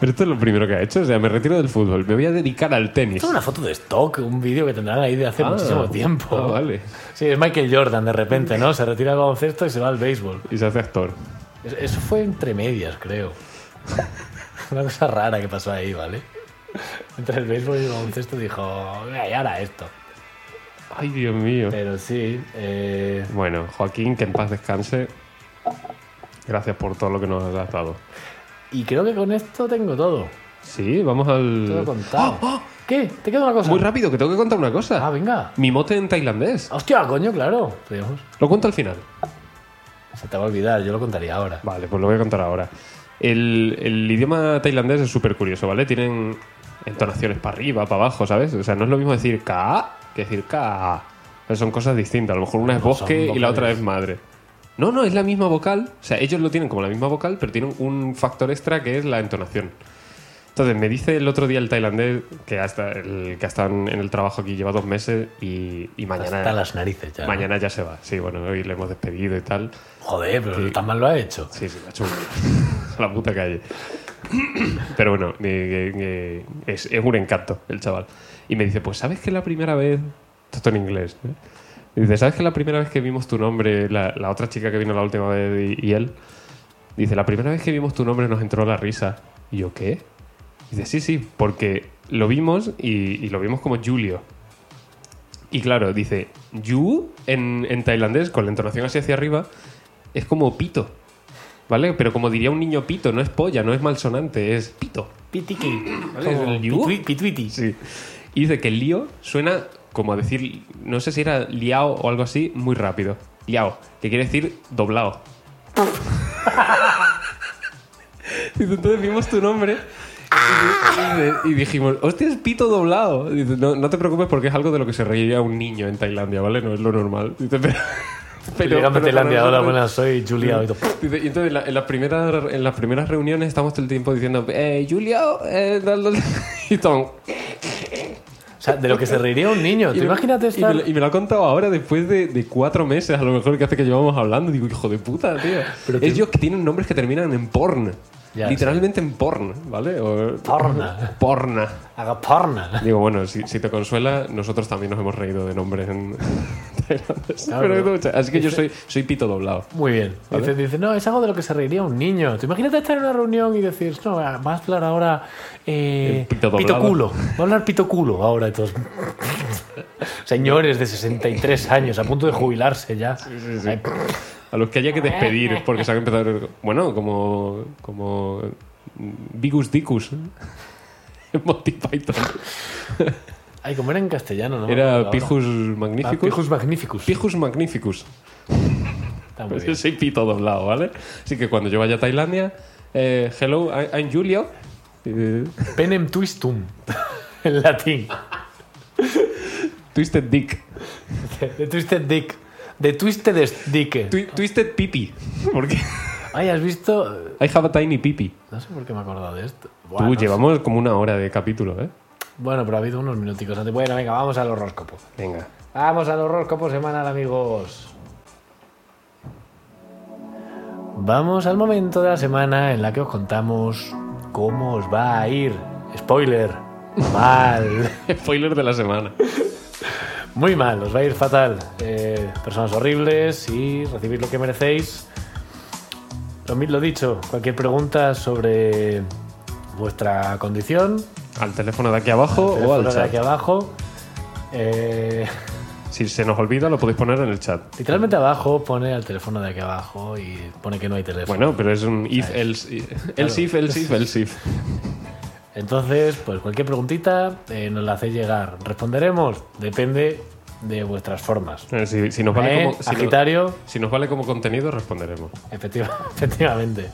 Speaker 3: Pero esto es lo primero que ha hecho. O sea, me retiro del fútbol, me voy a dedicar al tenis.
Speaker 1: Esto es una foto de stock, un vídeo que tendrán ahí de hace
Speaker 3: Ah,
Speaker 1: muchísimo tiempo.
Speaker 3: ah, vale.
Speaker 1: Sí, es Michael Jordan de repente, ¿no? Se retira del baloncesto y se va al béisbol.
Speaker 3: Y se hace actor.
Speaker 1: Es- Eso fue entre medias, creo. Una cosa rara que pasó ahí, ¿vale? Entre el béisbol y el baloncesto dijo, "Venga, y ahora esto.
Speaker 3: Ay, Dios mío.
Speaker 1: Pero sí, eh,
Speaker 3: Bueno, Joaquín, que en paz descanse. Gracias por todo lo que nos has dado.
Speaker 1: y creo que con esto tengo todo.
Speaker 3: Sí, vamos al.
Speaker 1: Todo contado.
Speaker 3: ¡Ah!
Speaker 1: ¿Qué? ¿Te queda una cosa?
Speaker 3: Muy rápido, que tengo que contar una cosa.
Speaker 1: Ah, venga.
Speaker 3: Mi mote en tailandés.
Speaker 1: Hostia, coño, claro. Digamos,
Speaker 3: Lo cuento al final.
Speaker 1: Se te va a olvidar, yo lo contaría ahora.
Speaker 3: Vale, pues lo voy a contar ahora. El, el idioma tailandés es súper curioso, ¿vale? Tienen entonaciones para arriba, para abajo, ¿sabes? O sea, no es lo mismo decir ka que decir ka. O sea, son cosas distintas. A lo mejor una es
Speaker 1: No, son
Speaker 3: bosque y la otra
Speaker 1: vocales.
Speaker 3: es madre. No, no, es la misma vocal. O sea, ellos lo tienen como la misma vocal, pero tienen un factor extra que es la entonación. Entonces, me dice el otro día el tailandés que hasta el que ha estado en en el trabajo aquí lleva dos meses y, y mañana,
Speaker 1: Hasta las narices ya. ¿no?
Speaker 3: mañana ya se va. Sí, bueno, hoy le hemos despedido y tal.
Speaker 1: Joder, pero tan mal lo ha hecho.
Speaker 3: Sí, sí, la chunga. la puta calle. Pero bueno, eh, eh, eh, es, es un encanto el chaval. Y me dice, pues ¿sabes que la primera vez... Esto en inglés. ¿eh? Y Dice, ¿sabes que la primera vez que vimos tu nombre, la, la otra chica que vino la última vez y, y él? Dice, la primera vez que vimos tu nombre nos entró la risa. Y yo, ¿qué? Dice, sí, sí, porque lo vimos y, y lo vimos como Julio. Y claro, dice, Yu en, en tailandés, con la entonación así hacia arriba, es como pito. ¿Vale? Pero como diría un niño pito, no es polla, no es malsonante, es pito.
Speaker 1: Pitiki.
Speaker 3: ¿Vale? Es el yugo.
Speaker 1: Pitui- Pituiti.
Speaker 3: Sí. Y dice que el lío suena como a decir, no sé si era liao o algo así, muy rápido. Liao, que quiere decir doblado. Dice, entonces vimos tu nombre y, dice- y dijimos, hostia, es pito doblado. Dice, no, no te preocupes porque es algo de lo que se reiría un niño en Tailandia, ¿vale? No es lo normal. Dice, pero... pero-
Speaker 1: Llega
Speaker 3: pero- Mm.
Speaker 1: Metelandia, hola, buenas, soy Julia. Oito".
Speaker 3: Dice, Y entonces en, la- en las primeras, en las primeras reuniones estamos todo el tiempo diciendo, eh, Julio, eh, dal, dal". y todo,
Speaker 1: O sea, de lo que se reiría un niño. Tú
Speaker 3: y me-
Speaker 1: imagínate
Speaker 3: y me,
Speaker 1: estar...
Speaker 3: lo- y me lo ha contado ahora, después de, de cuatro meses, a lo mejor que hace que llevamos hablando. Digo, hijo de puta, tío.
Speaker 1: Pero que-
Speaker 3: Ellos que tienen nombres que terminan en porn.
Speaker 1: Ya,
Speaker 3: Literalmente en porn, ¿vale? O-
Speaker 1: Porna.
Speaker 3: Porna.
Speaker 1: Haga porna.
Speaker 3: Digo, bueno, si, si te consuela, nosotros también nos hemos reído de nombres en tailandés.
Speaker 1: Claro.
Speaker 3: Pero es mucha- Así que yo soy, soy pito doblado.
Speaker 1: Muy bien. Y te dice, no, es algo de lo que se reiría un niño. Tú imagínate estar en una reunión y decir, no, vas a hablar ahora... eh,
Speaker 3: El pito doblado.
Speaker 1: culo. Va a hablar pito culo ahora. Estos... Señores de 63 años, a punto de jubilarse ya. Ay,
Speaker 3: A los que haya que despedir porque se han empezado. Bueno, como. como. Bigus Dicus. Monty Python.
Speaker 1: Ay, como era en castellano, ¿no?
Speaker 3: Era
Speaker 1: Ahora.
Speaker 3: Pijus
Speaker 1: Ah,
Speaker 3: Magnificus.
Speaker 1: Pijus Magnificus.
Speaker 3: Pijus Magnificus.
Speaker 1: Está muy
Speaker 3: Yo
Speaker 1: bien.
Speaker 3: soy pito doblado, ¿vale? Así que cuando yo vaya a Tailandia, eh, hello, I- I'm Julio. Eh,
Speaker 1: Penem twistum. en latín.
Speaker 3: twisted Dick.
Speaker 1: De Twisted Dick. De Twisted Dick.
Speaker 3: Twi- twisted Pipi. Porque
Speaker 1: Ay, ¿has visto?
Speaker 3: I have a tiny pipi.
Speaker 1: No sé por qué me he acordado de esto.
Speaker 3: Tú,
Speaker 1: Buah, no sé.
Speaker 3: llevamos como una hora de capítulo, ¿eh?
Speaker 1: Bueno, pero ha habido unos minuticos antes. Bueno, venga, vamos al horóscopo.
Speaker 3: Venga.
Speaker 1: Vamos al horóscopo semanal, amigos. Vamos al momento de la semana en la que os contamos cómo os va a ir. Spoiler. Mal.
Speaker 3: Spoiler de la semana.
Speaker 1: Muy mal, os va a ir fatal. Eh, personas horribles y recibid lo que merecéis. Lo, mi- lo dicho, cualquier pregunta sobre vuestra condición,
Speaker 3: Al teléfono de aquí abajo o al
Speaker 1: teléfono de
Speaker 3: chat.
Speaker 1: aquí abajo. Eh,
Speaker 3: Si se nos olvida, lo podéis poner en el chat.
Speaker 1: literalmente abajo pone al teléfono de aquí abajo y pone que no hay teléfono.
Speaker 3: Bueno, pero es un if, else, else if, else if, else if.
Speaker 1: Entonces, pues cualquier preguntita eh, nos la hacéis llegar. Responderemos, depende de vuestras formas.
Speaker 3: Eh, Si, si nos vale
Speaker 1: ¿Eh?
Speaker 3: como, si, no-
Speaker 1: Sagitario.
Speaker 3: si nos vale como contenido, responderemos.
Speaker 1: Efectiva- efectivamente.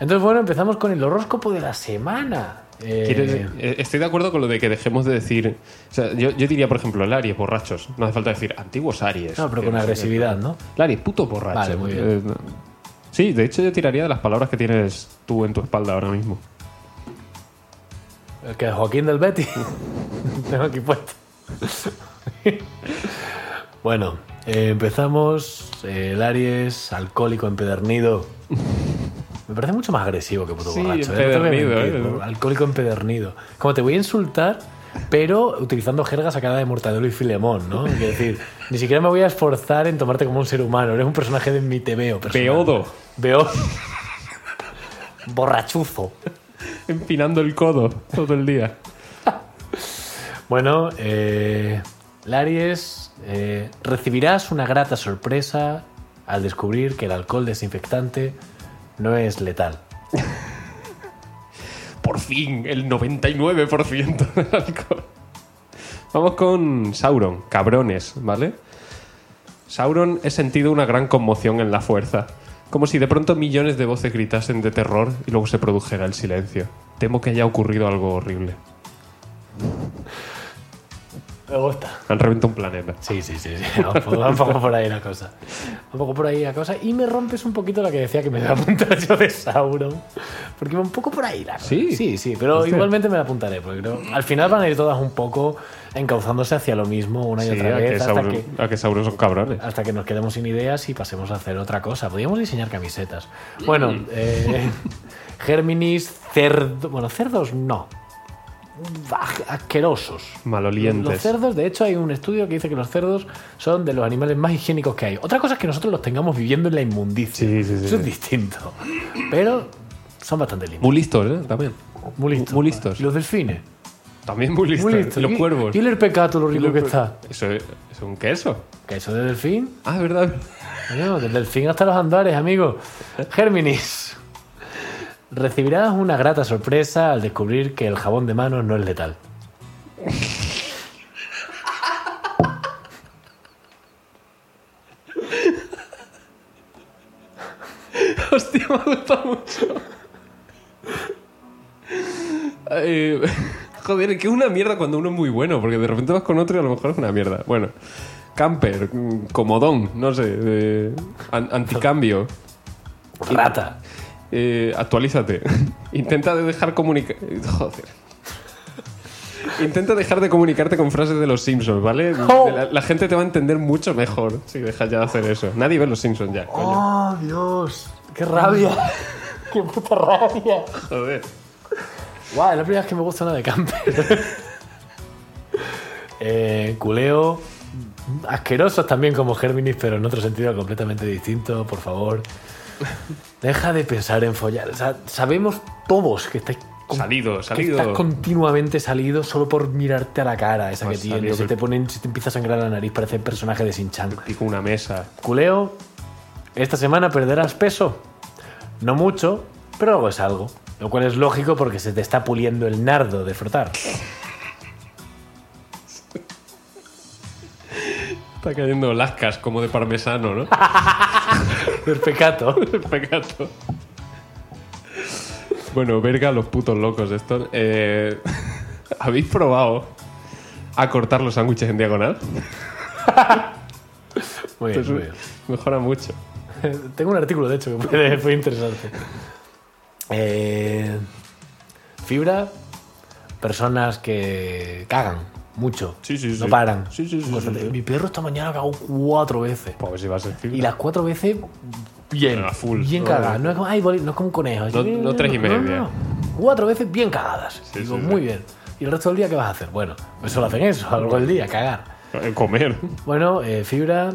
Speaker 1: Entonces, bueno, empezamos con el horóscopo de la semana. Eh,
Speaker 3: ¿Quieres- eh, Estoy de acuerdo con lo de que dejemos de decir. O sea, yo, yo diría, por ejemplo, el Aries, borrachos. No hace falta decir antiguos Aries.
Speaker 1: no, pero
Speaker 3: Que
Speaker 1: con
Speaker 3: sé qué.
Speaker 1: agresividad, ¿no?
Speaker 3: El Aries, puto borracho.
Speaker 1: Vale, muy bien.
Speaker 3: Eh, no. Sí, de hecho, yo tiraría de las palabras que tienes tú en tu espalda ahora mismo.
Speaker 1: El que Joaquín del Betty. Tengo aquí puesto. bueno, eh, empezamos. eh, el Aries, alcohólico empedernido. Me parece mucho más agresivo que puto
Speaker 3: Sí,
Speaker 1: borracho. ¿eh? No te voy a
Speaker 3: empedernido,
Speaker 1: mentir,
Speaker 3: ¿eh?
Speaker 1: ¿no? Alcohólico empedernido. Como te voy a insultar, pero utilizando jerga sacada de Mortadelo y Filemón, ¿no? Es decir, ni siquiera me voy a esforzar en tomarte como un ser humano. Eres un personaje de mi TVO. personal.
Speaker 3: Peodo,
Speaker 1: Veo. Borrachuzo.
Speaker 3: empinando el codo todo el día.
Speaker 1: Bueno, eh, Laries, eh, recibirás una grata sorpresa al descubrir que el alcohol desinfectante no es letal.
Speaker 3: Por fin, el 99% del alcohol. Vamos con Sauron, cabrones, ¿vale? Sauron he sentido una gran conmoción en la fuerza, como si de pronto millones de voces gritasen de terror y luego se produjera el silencio. Temo que haya ocurrido algo horrible.
Speaker 1: Me gusta.
Speaker 3: Han reventado un planeta.
Speaker 1: Sí, sí, sí. sí. Va un poco, va un poco por ahí la cosa. Va Un poco por ahí la cosa. Y me rompes un poquito la que decía que me iba a apuntar yo de Sauron. Porque va un poco por ahí la cosa.
Speaker 3: Sí.
Speaker 1: Sí, sí. Pero
Speaker 3: Hostia.
Speaker 1: igualmente me la apuntaré. Porque creo, al final van a ir todas un poco encauzándose hacia lo mismo una y
Speaker 3: Sí,
Speaker 1: otra
Speaker 3: a que,
Speaker 1: vez. Hasta
Speaker 3: Sauron,
Speaker 1: que,
Speaker 3: a que Sauron son cabrones.
Speaker 1: hasta que nos quedemos sin ideas y pasemos a hacer otra cosa. Podríamos diseñar camisetas. Bueno, eh, Géminis, cerdo. Bueno, cerdos no. Aj- Asquerosos. Los
Speaker 3: Malolientes.
Speaker 1: cerdos, de hecho, hay un estudio que dice que los cerdos son de los animales más higiénicos que hay. Otra cosa es que nosotros los tengamos viviendo en la inmundicia.
Speaker 3: Sí, sí, sí.
Speaker 1: Eso es distinto. Pero son bastante limpios.
Speaker 3: Muy listos, ¿eh? También.
Speaker 1: Muy listos.
Speaker 3: muy listos.
Speaker 1: Y los delfines.
Speaker 3: También muy listos.
Speaker 1: Muy listos.
Speaker 3: Y los
Speaker 1: Y-
Speaker 3: cuervos.
Speaker 1: Y el pecado, lo rico que está.
Speaker 3: Eso es, es un queso.
Speaker 1: Que eso de delfín.
Speaker 3: Ah, es verdad.
Speaker 1: Bueno, desde el fin hasta los andares, amigo. Géminis. Recibirás una grata sorpresa al descubrir que el jabón de manos no es letal.
Speaker 3: Hostia, me ha gustado mucho. Eh, joder, que es una mierda cuando uno es muy bueno, porque de repente vas con otro y a lo mejor es una mierda. Bueno, camper, mm, comodón, no sé, eh, an- anticambio.
Speaker 1: Rata.
Speaker 3: Eh, actualízate. Intenta de dejar comunicar. Joder. Intenta dejar de comunicarte con frases de los Simpsons, ¿vale?
Speaker 1: Oh.
Speaker 3: La, la gente te va a entender mucho mejor si dejas ya de hacer eso. Nadie ve los Simpsons ya, coño.
Speaker 1: ¡Oh, Dios! ¡Qué rabia! ¡Qué puta rabia!
Speaker 3: Joder.
Speaker 1: Guau, es la primera vez que me gusta una de camper. Eh, culeo. Asquerosos también como Géminis, pero en otro sentido completamente distinto, por favor. Deja de pensar en follar. O sea, sabemos todos que estáis
Speaker 3: Salido,
Speaker 1: que estás
Speaker 3: salido.
Speaker 1: continuamente salido solo por mirarte a la cara esa
Speaker 3: Pues
Speaker 1: que
Speaker 3: salido
Speaker 1: tienes. Se
Speaker 3: que-
Speaker 1: te, ponen, se te empieza a sangrar la nariz, parece el personaje de Sinchan.
Speaker 3: Pico una mesa.
Speaker 1: Culeo, esta semana perderás peso. No mucho, pero algo es algo. Lo cual es lógico porque se te está puliendo el nardo de frotar.
Speaker 3: Está cayendo lascas como de parmesano, ¿no?
Speaker 1: Del pecato.
Speaker 3: El pecato. Bueno, verga los putos locos estos. Eh, ¿Habéis probado a cortar los sándwiches en diagonal?
Speaker 1: Muy bien,
Speaker 3: Esto es un-
Speaker 1: muy bien.
Speaker 3: Mejora mucho.
Speaker 1: Tengo un artículo, de hecho, que puede- fue interesante. Eh, fibra, personas que cagan mucho.
Speaker 3: Sí, sí,
Speaker 1: No
Speaker 3: sí.
Speaker 1: paran.
Speaker 3: Sí, sí, sí,
Speaker 1: Constante.
Speaker 3: sí, sí.
Speaker 1: Pues Mi perro esta mañana cagó cuatro veces.
Speaker 3: Pues a ver si va a ser fibra.
Speaker 1: Y las cuatro veces, bien.
Speaker 3: A full.
Speaker 1: Bien
Speaker 3: No,
Speaker 1: cagadas.
Speaker 3: no.
Speaker 1: No es como, ay, boli- no es como un conejo.
Speaker 3: No- no tres y media.
Speaker 1: Cuatro veces bien cagadas.
Speaker 3: Sí,
Speaker 1: Digo,
Speaker 3: sí, sí.
Speaker 1: muy bien. ¿Y el resto del día qué vas a hacer? Bueno, pues solo hacen eso, a lo largo del día, cagar.
Speaker 3: Eh, Comer.
Speaker 1: Bueno, eh, Fibra,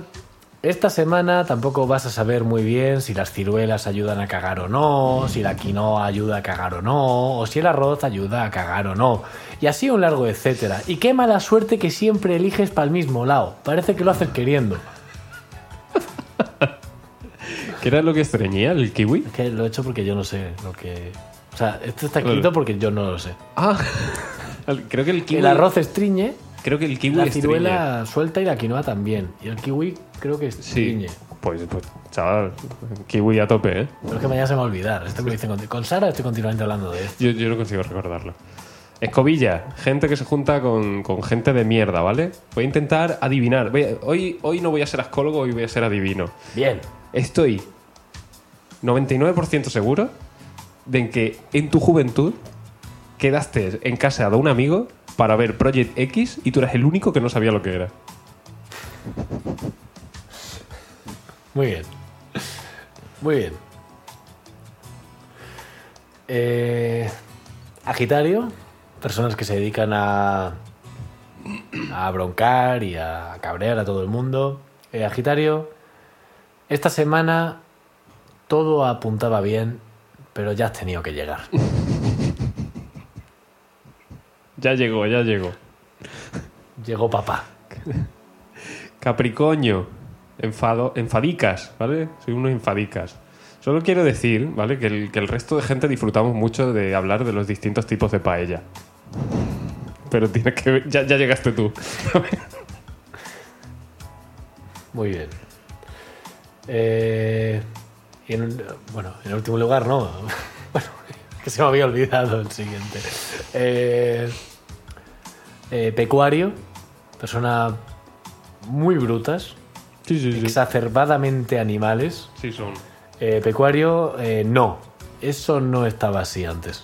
Speaker 1: esta semana tampoco vas a saber muy bien si las ciruelas ayudan a cagar o no, si la quinoa ayuda a cagar o no, o si el arroz ayuda a cagar o no. Y así un largo etcétera. Y qué mala suerte que siempre eliges para el mismo lado. Parece que lo haces queriendo.
Speaker 3: ¿Qué era lo que estreñía el kiwi?
Speaker 1: Es que lo he hecho porque yo no sé lo que... O sea, esto está escrito porque yo no lo sé.
Speaker 3: Ah, el- creo que el kiwi.
Speaker 1: El arroz estriñe,
Speaker 3: Creo que el kiwi
Speaker 1: la
Speaker 3: estriñe.
Speaker 1: ciruela suelta y la quinoa también. Y el kiwi creo que
Speaker 3: Sí.
Speaker 1: estriñe.
Speaker 3: Pues, pues, chaval, kiwi a tope, ¿eh?
Speaker 1: Pero es que mañana se me va a olvidar. Esto que dicen con, con Sara estoy continuamente hablando de esto.
Speaker 3: Yo, yo no consigo recordarlo. Escobilla, gente que se junta con, con gente de mierda, ¿vale? Voy a intentar adivinar. Voy a- hoy, hoy no voy a ser ascólogo, hoy voy a ser adivino.
Speaker 1: Bien.
Speaker 3: Estoy 99% seguro de en que en tu juventud quedaste en casa de un amigo para ver Project X y tú eras el único que no sabía lo que era.
Speaker 1: Muy bien. Muy bien. Eh, agitario. Personas que se dedican a, a broncar y a cabrear a todo el mundo. Eh, agitario. Esta semana todo apuntaba bien, pero ya has tenido que llegar.
Speaker 3: Ya llegó, ya llegó.
Speaker 1: Llegó papá.
Speaker 3: Capricornio, enfado, enfadicas, ¿vale? Soy uno enfadicas. Solo quiero decir, ¿vale? Que el, que el resto de gente disfrutamos mucho de hablar de los distintos tipos de paella. Pero tienes que ver- ya, ya llegaste tú.
Speaker 1: Muy bien. Eh, y en un- bueno, en último lugar, no. Bueno, que se me había olvidado el siguiente. Eh, eh, pecuario, persona muy brutas,
Speaker 3: Sí, sí, sí.
Speaker 1: exacerbadamente animales.
Speaker 3: Sí, son.
Speaker 1: Eh, pecuario, eh, no. Eso no estaba así antes.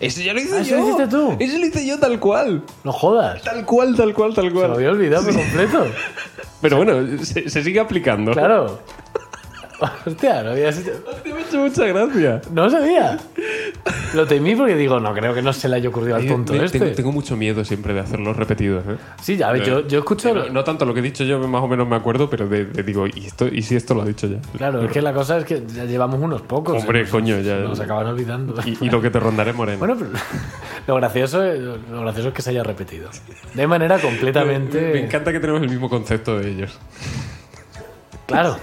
Speaker 3: Eso ya lo hice
Speaker 1: Ah, eso lo hiciste tú.
Speaker 3: Eso lo hice yo tal cual.
Speaker 1: No jodas.
Speaker 3: Tal cual, tal cual, tal
Speaker 1: Se me había olvidado por completo.
Speaker 3: Pero bueno, se, se sigue aplicando.
Speaker 1: Claro. Hostia, no había sido-
Speaker 3: Me ha hecho mucha gracia.
Speaker 1: No lo sabía. Lo temí porque digo, no creo que no se le haya ocurrido al tonto
Speaker 3: Me- me-
Speaker 1: este.
Speaker 3: Eh, tengo, tengo mucho miedo siempre de hacerlos repetidos. ¿eh?
Speaker 1: Sí, ya ves, yo, yo escucho.
Speaker 3: No, no tanto lo que he dicho yo, más o menos me acuerdo, pero de- de digo, ¿y, esto, ¿y si esto lo ha dicho ya?
Speaker 1: Claro, es que la cosa es que ya llevamos unos pocos. se
Speaker 3: Hombre,
Speaker 1: nos-
Speaker 3: coño, ya.
Speaker 1: Nos acaban olvidando.
Speaker 3: Y, y lo que te rondaré moreno.
Speaker 1: Bueno, pero lo gracioso, es- lo gracioso es que se haya repetido. De manera completamente.
Speaker 3: Eh, Me, me encanta que tenemos el mismo concepto de ellos.
Speaker 1: Claro.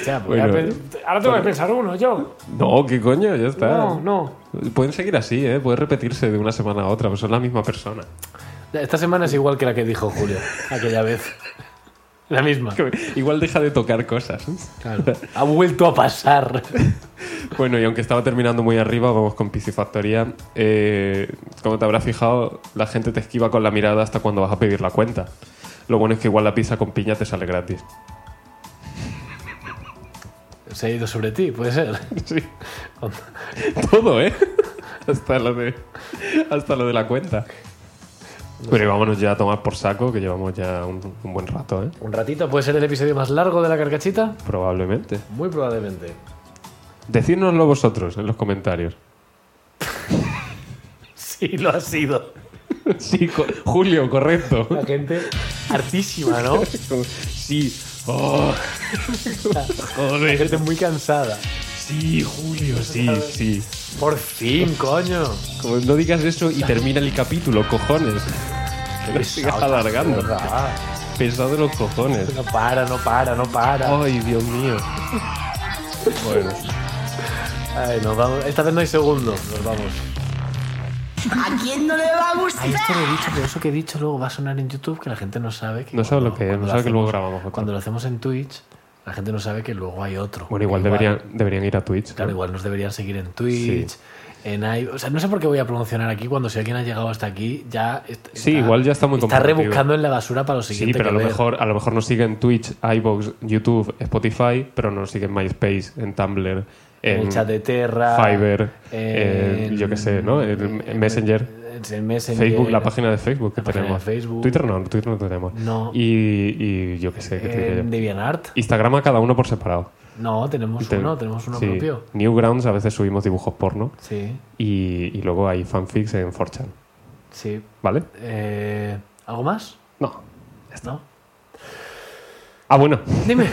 Speaker 1: O sea, pues,
Speaker 3: Bueno.
Speaker 1: ya pe- ahora tengo que pensar uno, yo.
Speaker 3: No, qué coño, ya está.
Speaker 1: No, no.
Speaker 3: Pueden seguir así, ¿eh? Puede repetirse de una semana a otra, pues son la misma persona.
Speaker 1: Esta semana es igual que la que dijo Julio aquella vez. La misma.
Speaker 3: Que Igual deja de tocar cosas.
Speaker 1: Claro. Ha vuelto a pasar.
Speaker 3: Bueno, y aunque estaba terminando muy arriba, vamos con Piscifactoría. Eh, como te habrás fijado, la gente te esquiva con la mirada hasta cuando vas a pedir la cuenta. Lo bueno es que igual la pizza con piña te sale gratis.
Speaker 1: Se ha ido sobre ti, puede ser.
Speaker 3: Sí. Todo, ¿eh? Hasta lo de, hasta lo de la cuenta. Pero vámonos ya a tomar por saco, que llevamos ya un, un buen rato, ¿eh?
Speaker 1: Un ratito puede ser el episodio más largo de la carcachita.
Speaker 3: Probablemente.
Speaker 1: Muy probablemente.
Speaker 3: Decídnoslo vosotros en los comentarios.
Speaker 1: Sí, lo ha sido.
Speaker 3: Sí, co- Julio, correcto.
Speaker 1: La gente hartísima, ¿no?
Speaker 3: Sí. Oh.
Speaker 1: La
Speaker 3: Joder.
Speaker 1: gente muy cansada.
Speaker 3: Sí, Julio, sí, sí.
Speaker 1: Por fin, coño.
Speaker 3: Como no digas eso y termina el capítulo, cojones. Que lo sigas alargando.
Speaker 1: Ah,
Speaker 3: Pesado de los cojones.
Speaker 1: No para, no para, no para.
Speaker 3: Ay, Dios mío. Bueno.
Speaker 1: Ay, nos vamos. Esta vez no hay segundo. Nos vamos.
Speaker 4: ¿A quién no le va a gustar?
Speaker 1: Ay, esto lo he dicho, pero eso que he dicho luego va a sonar en YouTube que la gente no sabe. Que
Speaker 3: No sabe lo que es,
Speaker 1: cuando
Speaker 3: no sabe que luego
Speaker 1: hacemos-
Speaker 3: grabamos otro.
Speaker 1: Cuando lo hacemos en Twitch, La gente no sabe que luego hay otro.
Speaker 3: Bueno, igual, Deberían, deberían ir a Twitch. ¿no?
Speaker 1: Claro, igual nos deberían seguir en Twitch. En i- o sea, no sé por qué voy a promocionar aquí cuando si alguien ha llegado hasta aquí ya est-
Speaker 3: Sí, igual ya está muy
Speaker 1: está
Speaker 3: comprometido.
Speaker 1: rebuscando en la basura para lo
Speaker 3: Sí,
Speaker 1: siguiente
Speaker 3: pero a
Speaker 1: que
Speaker 3: lo,
Speaker 1: ver.
Speaker 3: mejor, a lo mejor nos siguen Twitch, iVoox, YouTube, Spotify, pero no nos siguen MySpace, en Tumblr,
Speaker 1: en
Speaker 3: en
Speaker 1: el chat de Terra,
Speaker 3: Fiverr, eh,
Speaker 1: en-
Speaker 3: yo qué sé, ¿no? El
Speaker 1: en-
Speaker 3: Messenger.
Speaker 1: en Messenger,
Speaker 3: Facebook, la página de Facebook que
Speaker 1: la página de
Speaker 3: tenemos.
Speaker 1: Facebook.
Speaker 3: Twitter no, Twitter no tenemos.
Speaker 1: No.
Speaker 3: Y, y yo qué sé, ¿qué te diría
Speaker 1: en
Speaker 3: yo?
Speaker 1: DeviantArt.
Speaker 3: Instagram a cada uno por separado.
Speaker 1: No, tenemos
Speaker 3: Te-
Speaker 1: uno, tenemos uno
Speaker 3: sí.
Speaker 1: propio.
Speaker 3: Newgrounds a veces subimos dibujos porno
Speaker 1: Sí,
Speaker 3: y, y luego hay fanfics en 4chan,
Speaker 1: sí.
Speaker 3: ¿vale?
Speaker 1: Eh, ¿Algo más?
Speaker 3: No.
Speaker 1: ¿No?
Speaker 3: Ah, bueno.
Speaker 1: Dime.